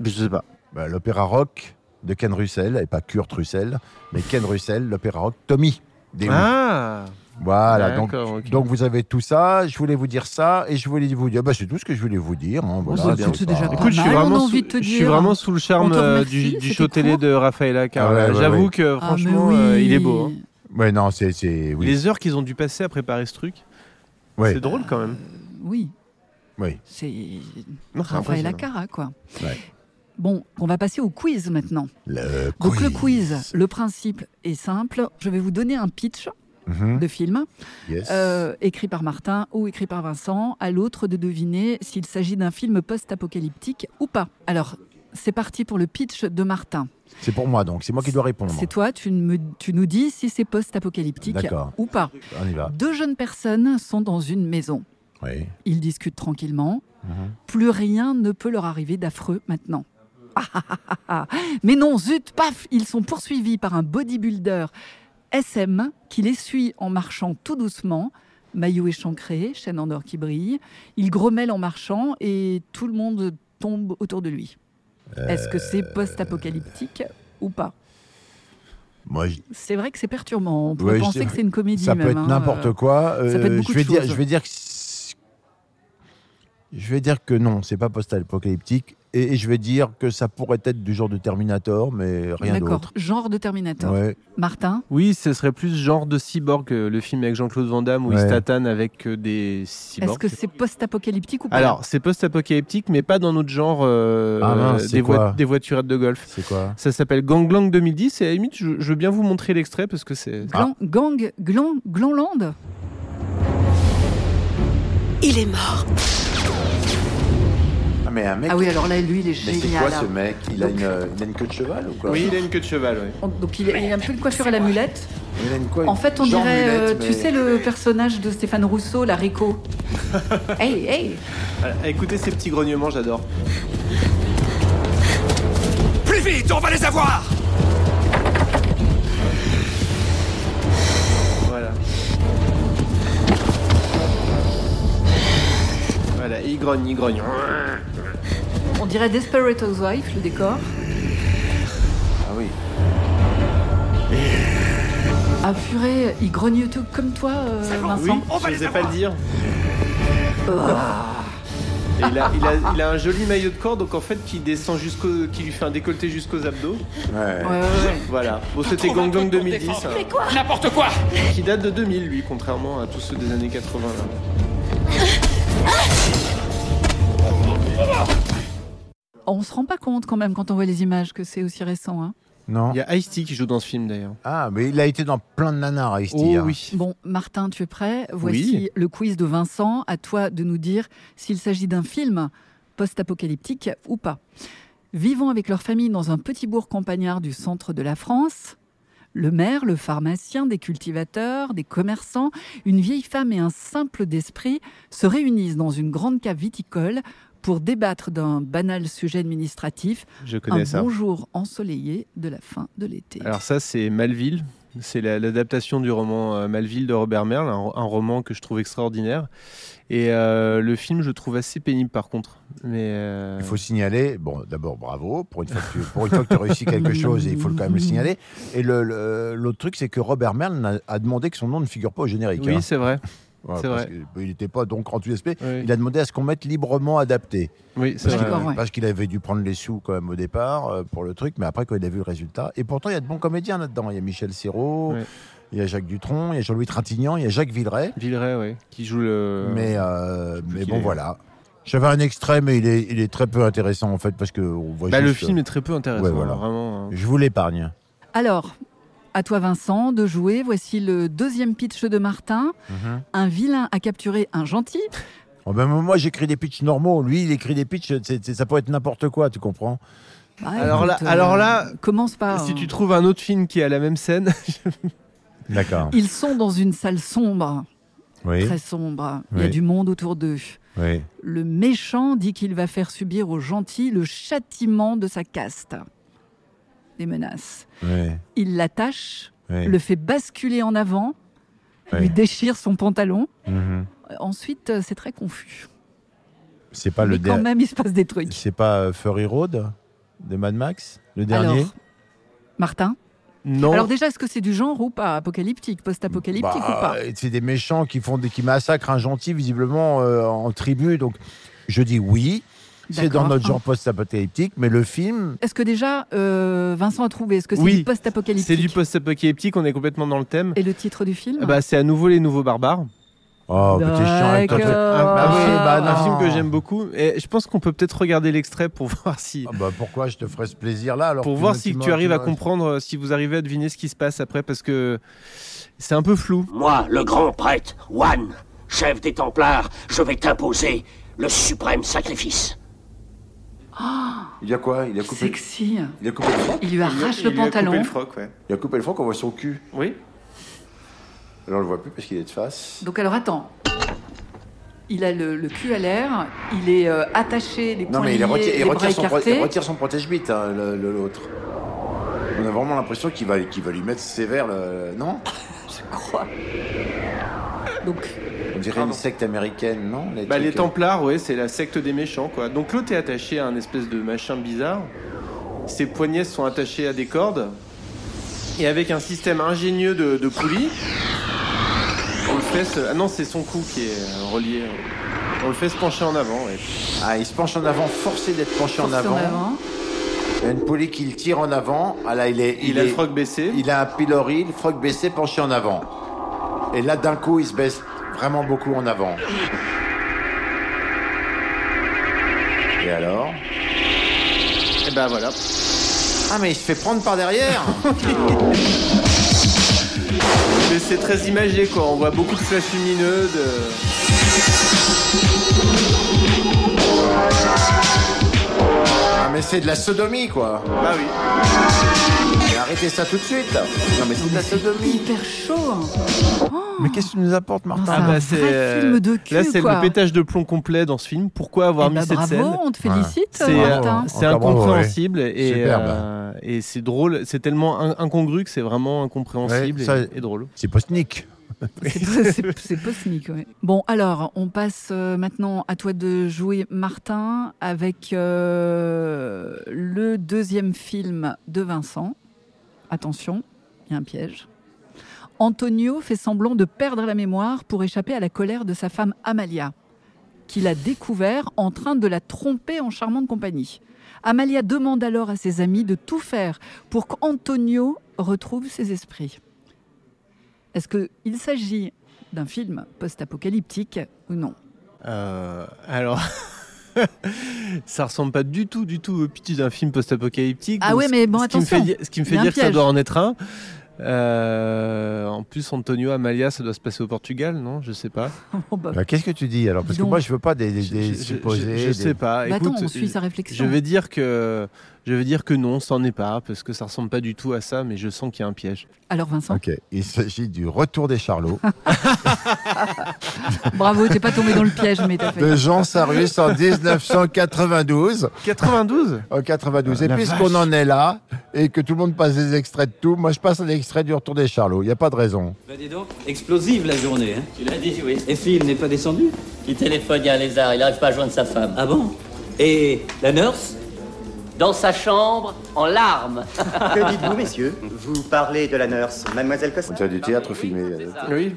Je sais pas. Bah, L'opéra rock de Ken Russell, et pas Kurt Russell, mais Ken Russell, l'opéra rock Tommy. des Who. Ah Voilà, donc, D'accord, ok. donc vous avez tout ça. Je voulais vous dire ça et je voulais vous dire. Bah, c'est tout ce que je voulais vous dire. hein, voilà, c'est bien, Oh, c'est déjà pas- pas Ah, Écoute, je suis, mal, on a vraiment envie sous, de te je suis dire. vraiment sous le charme On te euh, remercie, du, du c'était show télé court. de Raphaël car Ah ouais, ouais, J'avoue ouais. que Ah, mais franchement, euh, oui. il est beau. hein. Ouais, non, c'est. c'est- Oui. Les heures qu'ils ont dû passer à préparer ce truc, Ouais. c'est drôle quand même. Oui, Oui. c'est Non, c'est Raphaël impressionnant. Acara, quoi. Ouais. Bon, on va passer au quiz maintenant. Le Donc le quiz, le principe est simple. Je vais vous donner un pitch Mhm. de film Yes. euh, écrit par Martin ou écrit par Vincent, à l'autre de deviner s'il s'agit d'un film post-apocalyptique ou pas. Alors, c'est parti pour le pitch de Martin. C'est pour moi donc. C'est moi qui dois répondre. C'est toi, tu, me- tu nous dis si c'est post-apocalyptique D'accord. Ah. ou pas. On y va. Deux jeunes personnes sont dans une maison. Oui. Ils discutent tranquillement. Mhm. Plus rien ne peut leur arriver d'affreux maintenant. Ah, ah, ah, ah, ah. Mais non, zut, paf, ils sont poursuivis par un bodybuilder SM qui les suit en marchant tout doucement, maillot échancré, chaîne en or qui brille. Il grommelle en marchant et tout le monde tombe autour de lui. Est-ce que c'est Euh, post-apocalyptique ou pas Moi, je- C'est vrai que c'est perturbant. On pourrait Ouais, je penser dirais- que c'est une comédie. ça peut même, être hein, n'importe euh. quoi. ça peut être beaucoup je vais de dire. choses. Je vais dire que. c'est- Je vais dire que non, c'est pas post-apocalyptique. Et, et je vais dire que ça pourrait être du genre de Terminator, mais rien D'accord, d'autre. genre de Terminator. Ouais. Martin Oui, ce serait plus genre de cyborg que le film avec Jean-Claude Van Damme où il Ouais. se tatane avec euh, des Est-ce cyborgs. que c'est post-apocalyptique ou pas Alors, c'est post-apocalyptique, mais pas dans notre genre euh, Ah mince, euh, c'est des, voi- quoi des voiturettes de golf. C'est quoi Ça s'appelle Gangland 2010 et à la limite, je, je veux bien vous montrer l'extrait parce que c'est. Glan- Gang, glan, glanland Il est mort. Ah, mais un mec. Ah oui, alors là, lui, il est Mais génial. c'est quoi là. ce mec il a, une, il a une queue de cheval ou quoi Oui, il a une queue de cheval, oui. On- Donc il, il a un peu une coiffure à la mulette. Il a une quoi En fait, on Genre dirait, mulette, euh, mais- tu sais, le personnage de Stéphane Rousseau, la Rico. hey, hey Voilà, Ah, écoutez ces petits grognements, j'adore. Plus vite, on va les avoir Voilà. Voilà, il grogne, il grogne. On dirait Desperate Housewife, le décor. Ah oui. Ah purée, il grogne tout comme toi, euh, Oui, Vincent. je n'osais pas le dire. Et il, a, il a- il a un joli maillot de corps, donc en fait, qui descend jusqu'au, qui lui fait un décolleté jusqu'aux abdos. Ouais. Ouais, ouais, ouais. Voilà. Bon, c'était Gang Gang 2010, hein, N'importe quoi qui date de 2000, lui, contrairement à tous ceux des années 80. là. On se rend pas compte quand même quand on voit les images que c'est aussi récent. hein. Non. Il y a Ice-T qui joue dans ce film d'ailleurs. Ah, mais il a été dans plein de nanars, Ice-T. Oh hein. oui. Bon, Martin, tu es prêt Voici Oui. le quiz de Vincent. À toi de nous dire s'il s'agit d'un film post-apocalyptique ou pas. Vivant avec leur famille dans un petit bourg campagnard du centre de la France, le maire, le pharmacien, des cultivateurs, des commerçants, une vieille femme et un simple d'esprit se réunissent dans une grande cave viticole pour débattre d'un banal sujet administratif, Je connais un ça. Ah, bonjour ensoleillé de la fin de l'été. Alors ça, c'est Malville. C'est la- l'adaptation du roman euh, Malville de Robert Merle, un, un roman que je trouve extraordinaire. Et euh, le film, je le trouve assez pénible par contre. Mais euh, Il faut signaler, bon, d'abord bravo, pour une, fois que tu, pour une fois que tu réussis quelque chose, il faut quand même le signaler. Et le- le- l'autre truc, c'est que Robert Merle n'a- a, demandé que son nom ne figure pas au générique. oui, hein. c'est vrai. Ouais, c'est parce vrai. que, euh, il n'était pas donc en tout aspect. Oui. Il a demandé à ce qu'on mette librement adapté. Oui, Parce c'est vrai. qu'il D'accord, ouais. parce qu'il avait dû prendre les sous quand même au départ euh, pour le truc, mais après quand il a vu le résultat. Et pourtant, il y a de bons comédiens là-dedans. Il y a Michel Serrault, Ouais. il y a Jacques Dutronc, il y a Jean-Louis Trintignant, il y a Jacques Villeray. Villeray, ouais, qui joue le. Mais, euh, plus mais qui bon, est. voilà. J'avais un extrait, mais il est, il est très peu intéressant en fait parce que on voit Bah, le juste, euh, film est très peu intéressant, Ouais, voilà. hein, vraiment. hein. Je vous l'épargne. Alors, à toi Vincent de Mhm. jouer. Voici le deuxième pitch de Martin. Un vilain a capturé un gentil. Oh ben, moi, j'écris des pitchs normaux. Lui, il écrit des pitchs, c'est- c'est- ça peut être n'importe quoi, tu comprends Bah, Alors là, écoute, euh, alors là, commence pas. si hein. tu trouves un autre film qui a la même scène, D'accord. Ils sont dans une salle sombre, Oui. très sombre. Il y a Oui. du monde autour d'eux. Oui. Le méchant dit qu'il va faire subir aux gentils le châtiment de sa caste. Des menaces. Oui. Il l'attache, Oui. le fait basculer en avant, Oui. lui déchire son pantalon. Mhm. Euh, Ensuite, euh, c'est très confus. C'est pas le Mais quand der- même, il se passe des trucs. C'est pas euh, Fury Road de Mad Max, le dernier Alors, Martin Non. Oh. Alors déjà, est-ce que c'est du genre ou pas Apocalyptique, post-apocalyptique Bah, ou pas C'est des méchants qui font des, qui massacrent un gentil visiblement euh, en tribu. Donc je dis oui. C'est D'accord. dans notre genre post-apocalyptique, mais le film, Est-ce que déjà, euh, Vincent a trouvé, est-ce que c'est Oui. du post-apocalyptique c'est du post-apocalyptique, on est complètement dans le thème. Et le titre du film Ah bah, c'est à nouveau les nouveaux barbares. Oh, bah, t'es chiant avec ton truc. D'accord. Un, un film- Ah, bah, un film non. que j'aime beaucoup. Et je pense qu'on peut peut-être regarder l'extrait pour voir si. bah, pourquoi je te ferais ce plaisir-là alors pour que voir tu si m'as- tu arrives à m'as- comprendre, euh, si vous arrivez à deviner ce qui se passe après, parce que c'est un peu flou. Moi, le grand prêtre, Wan, chef des Templars, je vais t'imposer le suprême sacrifice. Ah, Il y a quoi Il a coupé. sexy Il a coupé le froc Il lui arrache le pantalon. Il a coupé le froc, on voit son cul. Oui. Alors on le voit plus parce qu'il est de face. Donc alors attends. Il a le, le cul à l'air, il est euh, attaché, les Non, poings mais il, liés, retire, il les retire bras son, pro- il écartés. retire son protège-bite, hein, le- le- l'autre. On a vraiment l'impression qu'il va, qu'il va lui mettre sévère le. Non Je crois. Donc. On dirait Pardon. une secte américaine, non les Bah, les trucs, euh, Templars, ouais, c'est la secte des méchants, quoi. Donc l'autre est attaché à un espèce de machin bizarre. Ses poignets sont attachés à des cordes. Et avec un système ingénieux de, de poulies, on le fait. se- Ah non, c'est son cou qui est euh, relié. On le fait se pencher en avant. ouais. Ah, il se penche en avant, forcé d'être penché en Forcé en avant. avant. Il y a une poulie qui le tire en avant. Ah là, il est. Il a le est- froc baissé. Il a un pilori, le froc baissé, penché en avant. Et là, d'un coup, il se baisse vraiment beaucoup en avant. Et alors Et bah voilà. Ah, mais il se fait prendre par derrière Mais c'est très imagé, quoi. On voit beaucoup de flashs lumineux. De... Ah, mais c'est de la sodomie, quoi Bah oui. Et arrêtez ça tout de suite Non, mais c'est de la sodomie Hyper chaud. hein. Mais qu'est-ce que tu nous apportes, Martin Ah, bah, c'est un vrai film de cul, euh, Là, c'est quoi. le pétage de plomb complet dans ce film. Pourquoi avoir Eh mis bah, cette bravo, scène on te félicite, C'est euh, Martin. c'est Encore bravo, incompréhensible et, Superbe. euh, et c'est drôle. C'est tellement in- incongru que c'est vraiment incompréhensible Ouais, ça- et, et drôle. C'est post-nick. C'est- c'est- C'est postnique, ouais. Bon, alors, on passe euh, maintenant à toi de jouer Martin avec euh, le deuxième film de Vincent. Attention, il y a un piège. Antonio fait semblant de perdre la mémoire pour échapper à la colère de sa femme Amalia, qu'il a découvert en train de la tromper en charmante compagnie. Amalia demande alors à ses amis de tout faire pour qu'Antonio retrouve ses esprits. Est-ce qu'il s'agit d'un film post-apocalyptique ou non Euh, alors. Ça ressemble pas du tout, du tout au pitch d'un film post-apocalyptique. Ah Donc, ouais, ce- mais bon, ce qui me fait attention. di- ce qui me Il fait y a un dire que ça piège. doit en être un. Euh, en plus, Antonio Amalia, ça doit se passer au Portugal, non Je sais pas. Oh, bah, Bah, qu'est-ce que tu dis alors Parce Dis que donc. moi, je veux pas des, des- Je- des je- je- supposés. Je, je des- sais pas. bah Écoute, euh, attends, on suit sa réflexion. Je vais dire que je vais dire que non, c'en est pas parce que ça ressemble pas du tout à ça, mais je sens qu'il y a un piège. Alors Vincent, Hein Ok, il s'agit du retour des Charlots Ah, bravo, t'es pas tombé dans le piège, mais t'as de fait. Jean Sarus en 1992. 92. En 92. Ah, Et la puisqu'on vache. en est là et que tout le monde passe des extraits de tout, moi je passe un extrait du retour des Charlots. Il n'y a pas de raison. Bah dis donc, explosive la journée, hein Tu l'as dit, oui. Et Phil n'est pas descendu Il téléphone, il y a un lézard, il n'arrive pas à joindre sa femme. Ah bon Et la nurse Dans sa chambre, en larmes. Que dites-vous, messieurs Vous parlez de la nurse, mademoiselle Costa C'est du théâtre filmé. Oui.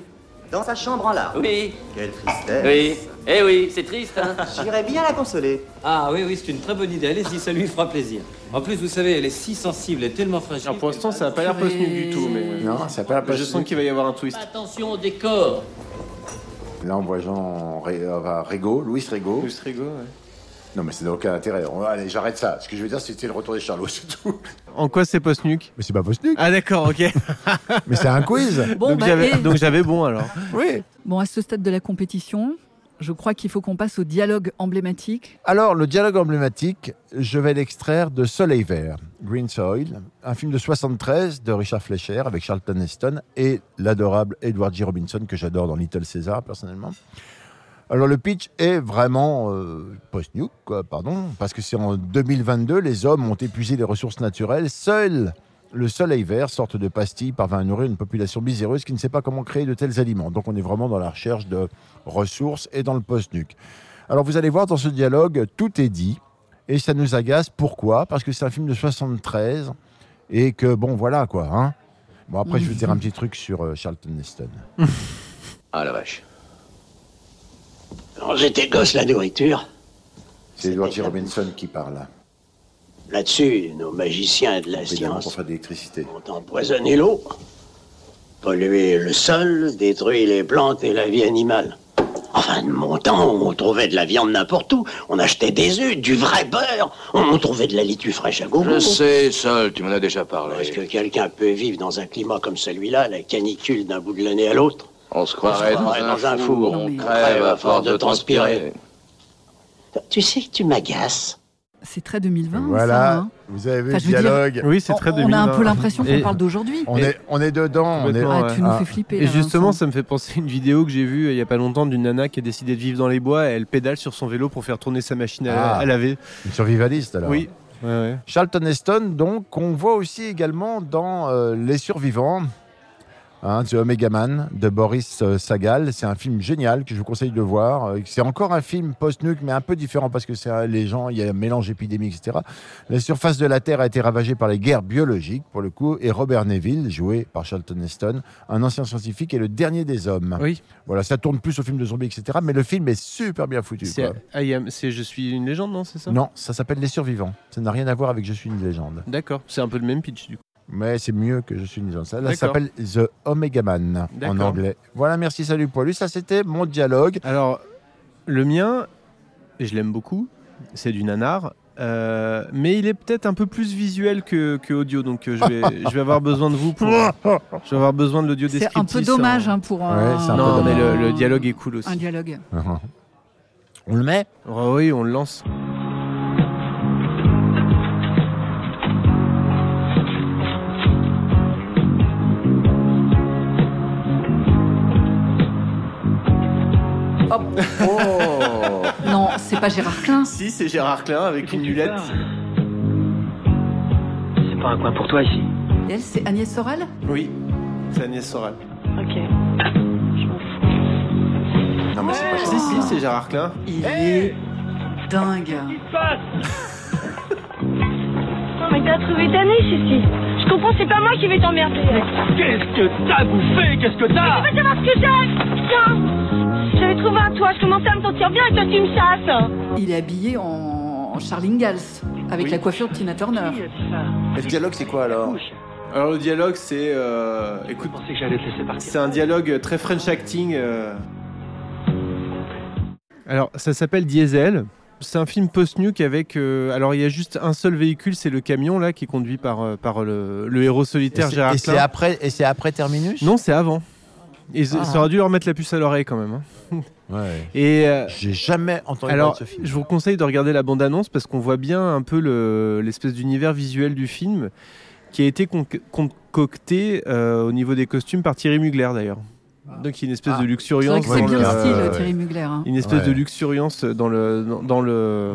Dans sa chambre en larmes Oui. Quelle tristesse. Oui. Eh oui, c'est triste, hein J'irais bien la consoler. Ah oui, oui, c'est une très bonne idée. Allez-y, ça lui fera plaisir. En plus, vous savez, elle est si sensible et tellement fragile. pour l'instant, ça a pas l'air post-nuc du tout, mais Ah, bah, Non, ça n'a pas la je place. sens qu'il va y avoir un twist. Attention au décor. Là, on voit Jean Ré- euh, Régaud, Louis Régaud. Plus Rigaud, ouais. Non, mais c'est n'a aucun intérêt. On- Allez, j'arrête ça. Ce que je veux dire, c'était le retour des Charlots, c'est tout. En quoi c'est post-nuc Mais c'est pas possible. Ah d'accord, ok. Mais c'est un quiz. Bon, donc bah, j'avais et- donc j'avais bon alors. Oui. bon, à ce stade de la compétition, je crois qu'il faut qu'on passe au dialogue emblématique. Alors, le dialogue emblématique, je vais l'extraire de Soleil Vert, Green Soil, un film de 73 de Richard Fleischer avec Charlton Heston et l'adorable Edward G. Robinson que j'adore dans Little César personnellement. Alors, le pitch est vraiment euh, post-nuke, quoi, pardon, parce que c'est en 2022, les hommes ont épuisé les ressources naturelles. Seul le soleil vert, sorte de pastille, parvient à nourrir une population miséreuse qui ne sait pas comment créer de tels aliments. Donc, on est vraiment dans la recherche de ressources et dans le post-nuke. Alors, vous allez voir dans ce dialogue, tout est dit et ça nous agace. Pourquoi Parce que c'est un film de 73 et que, bon, voilà quoi. hein. Bon, après, je vais vous dire un petit truc sur euh, Charlton Heston. Ah la vache. Quand j'étais gosse, la nourriture, C'est Edward G. Robinson qui parle. là-dessus, nos magiciens de la Évidemment, pour science faire de l'électricité. ont empoisonné l'eau, pollué le sol, détruit les plantes et la vie animale. Enfin, de mon temps, on trouvait de la viande n'importe où, on achetait des œufs, du vrai beurre, on trouvait de la laitue fraîche à gogo. Je sais, Sol, tu m'en as déjà parlé. Est-ce que quelqu'un peut vivre dans un climat comme celui-là, la canicule d'un bout de le nez à l'autre On se croirait On se dans croirait un, four, on crève à force de transpirer. Tu sais que tu m'agaces. C'est très 2020. Voilà, ça, hein vous avez vu Enfin, le je veux dire, dialogue. Oui, c'est très on a un 2020. peu l'impression qu'on Et- parle d'aujourd'hui. On Et- est, on est dedans. On est... Complètement, Ah, tu ouais. nous fais flipper, Et là, justement, Vincent. ça me fait penser à une vidéo que j'ai vue euh, il n'y a pas longtemps d'une nana qui a décidé de vivre dans les bois. et elle pédale sur son vélo pour faire tourner sa machine à, Ah, à laver. Une survivaliste alors. Oui. Ouais, ouais. Charlton Heston, donc, qu'on voit aussi également dans euh, Les Survivants, hein, The Omega Man de Boris euh, Sagal. C'est un film génial que je vous conseille de voir. Euh, C'est encore un film post-nuke, mais un peu différent parce que c'est euh, les gens, il y a un mélange épidémique, etc. La surface de la Terre a été ravagée par les guerres biologiques, pour le coup, et Robert Neville, joué par Charlton Heston, un ancien scientifique, est le dernier des hommes. Oui. Voilà, ça tourne plus au film de zombies, etc. Mais le film est super bien foutu. C'est quoi. I am- c'est Je suis une légende, non C'est ça Non, ça s'appelle Les Survivants. Ça n'a rien à voir avec Je suis une légende. D'accord, c'est un peu le même pitch du coup. Mais c'est mieux que je suis une Ça, là, ça D'accord. s'appelle The Omega Man en D'accord. anglais. Voilà, merci, salut poilu. Ça, c'était mon dialogue. Alors, le mien, je l'aime beaucoup, c'est du nanar, euh, mais il est peut-être un peu plus visuel que, que audio, donc euh, je vais, je vais avoir besoin de vous pour. Je vais avoir besoin de l'audio C'est descriptif. un peu dommage hein. hein, pour un, Ouais, c'est un peu Non, mais le, dommage. le dialogue est cool aussi. Ah un dialogue. on le met Oui, on le lance. Hop. Non, c'est pas Gérard Klein. Si, c'est Gérard Klein avec une mulette. C'est pas un coin pour toi ici. Et elle, c'est Agnès Soral Oui, c'est Agnès Soral. Ok. Non, mais c'est pas Si, si, c'est Gérard Klein. Il est dingue. Non mais t'as trouvé ta niche ici. Je comprends, c'est pas moi qui vais t'emmerder. Qu'est-ce que t'as bouffé Qu'est-ce que t'as Je veux savoir ce que j'ai Putain J'avais trouvé un toit, je commençais à me sentir bien et toi tu me chasses Il est habillé en Charlie Ingalls, avec la coiffure de Tina Turner. Le dialogue, c'est quoi alors Alors le dialogue c'est euh, écoute C'est un dialogue très French acting euh. Alors, ça s'appelle Diesel. C'est un film post-nuke avec. euh, alors, il y a juste un seul véhicule, c'est le camion là qui est conduit par, euh, par le, le héros Et solitaire c'est- Gérard et Klein. c'est après, et c'est après Terminus Non, c'est avant. Et Ah. ça aurait dû leur mettre la puce à l'oreille quand même. hein. Ouais. Et euh, J'ai jamais entendu alors, parler de ce film. je vous conseille de regarder la bande-annonce parce qu'on voit bien un peu le- l'espèce d'univers visuel du film qui a été con- concocté euh, au niveau des costumes par Thierry Mugler d'ailleurs. Donc il y a une espèce de Ah. C'est vrai luxuriance. que c'est dans bien le- le style, Thierry Mugler. hein. Une espèce Ouais. de luxuriance dans le dans, dans le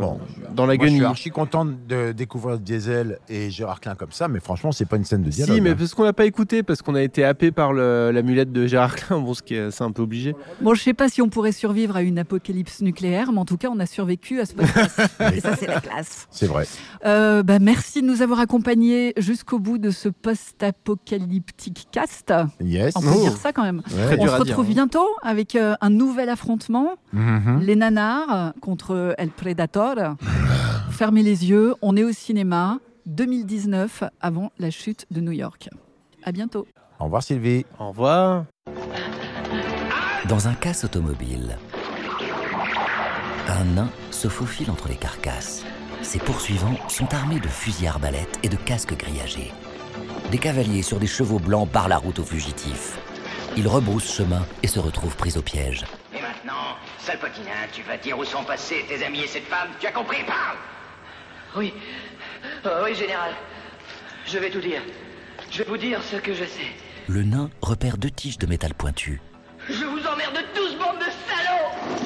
dans la Moi, je guenille. suis archi content de découvrir Diesel et Gérard Klein comme ça, mais franchement, c'est pas une scène de dialogue. Si, mais hein. parce qu'on l'a pas écouté, parce qu'on a été happé par le- la mulette de Gérard Klein, bon, ce qui est, c'est un peu obligé. Bon, je sais pas si on pourrait survivre à une apocalypse nucléaire, mais en tout cas, on a survécu à ce podcast. Et ça, c'est la classe. C'est vrai. Euh, bah, merci de nous avoir accompagnés jusqu'au bout de ce post-apocalyptique cast. Yes. On peut Oh. dire ça quand même. Ouais. Très On dur se à dire, retrouve hein. bientôt avec euh, un nouvel affrontement. Mhm. Les nanars euh, contre El Predator. Fermez les yeux, on est au cinéma 2019 avant la chute de New York. À bientôt. Au revoir, Sylvie. Au revoir. Dans un casse automobile, un nain se faufile entre les carcasses. Ses poursuivants sont armés de fusils à arbalète et de casques grillagés. Des cavaliers sur des chevaux blancs barrent la route aux fugitifs. Ils rebroussent chemin et se retrouvent pris au piège. Et maintenant, Sale potinet, tu vas dire où sont passés tes amis et cette femme. Tu as compris Parle Oui. Euh, oui, général. Je vais tout dire. Je vais vous dire ce que je sais. Le nain repère deux tiges de métal pointues. Je vous emmerde tous, bande de salauds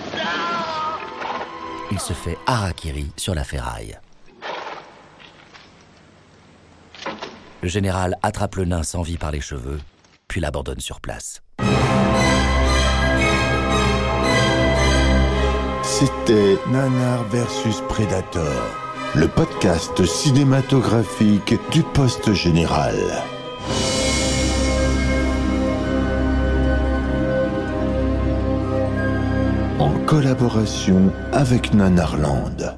Il se fait harakiri sur la ferraille. Le général attrape le nain sans vie par les cheveux, puis l'abandonne sur place. C'était Nanar versus Predator, le podcast cinématographique du poste général. En collaboration avec Nanarland.